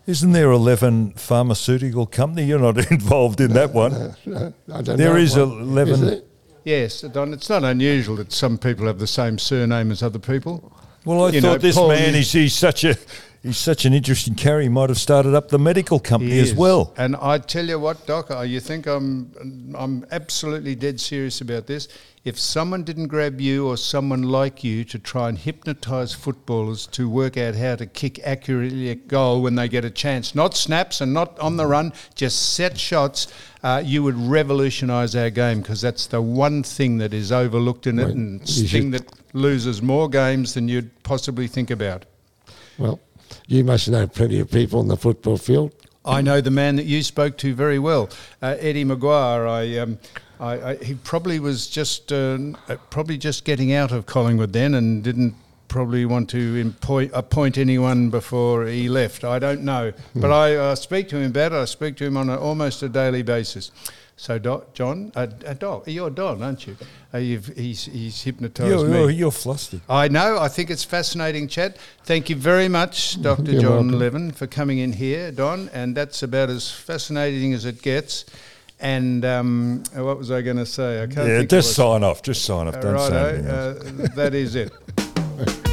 Speaker 3: Isn't there eleven pharmaceutical company? You're not involved in that one.
Speaker 4: No, I don't
Speaker 3: There
Speaker 4: know
Speaker 3: is
Speaker 4: what-
Speaker 3: 11
Speaker 4: is it?
Speaker 2: Yes, Don, it's not unusual that some people have the same surname as other people.
Speaker 3: Well, I
Speaker 2: You
Speaker 3: thought
Speaker 2: know,
Speaker 3: this
Speaker 2: Paul,
Speaker 3: man
Speaker 2: you-
Speaker 3: is he's such a he's such an interesting carry. He might have started up the medical company as
Speaker 2: Yes.
Speaker 3: well.
Speaker 2: And I tell you what, Doc, uh, you think I'm I'm absolutely dead serious about this. If someone didn't grab you or someone like you to try and hypnotise footballers to work out how to kick accurately at goal when they get a chance, not snaps and not on the run, just set shots, uh, you would revolutionise our game because that's the one thing that is overlooked in it
Speaker 4: Right.
Speaker 2: and
Speaker 4: You
Speaker 2: it's thing
Speaker 4: should-
Speaker 2: that loses more games than you'd possibly think about.
Speaker 4: Well, you must know plenty of people in the football field.
Speaker 2: I know the man that you spoke to very well, uh, Eddie Maguire. I, um, I, I, he probably was just uh, uh, probably just getting out of Collingwood then, and didn't probably want to employ, appoint anyone before he left. I don't know,
Speaker 3: Hmm.
Speaker 2: but I uh, speak to him about it. I speak to him on a, almost a daily basis. So, Doc, John, uh, uh, Doc, you're Don, aren't you? Uh, you've, he's, he's hypnotised
Speaker 3: You're,
Speaker 2: me.
Speaker 3: you're, you're flustered.
Speaker 2: I know. I think it's fascinating, Chad. Thank you very much, Dr.
Speaker 4: You're
Speaker 2: John
Speaker 4: welcome.
Speaker 2: Levin, for coming in here, Don. And that's about as fascinating as it gets. And um, what was I going to say? I can't
Speaker 3: Yeah,
Speaker 2: think of
Speaker 3: just
Speaker 2: what-
Speaker 3: sign off. Just sign off. Don't say
Speaker 2: Righto,
Speaker 3: anything else.
Speaker 2: uh, that is it.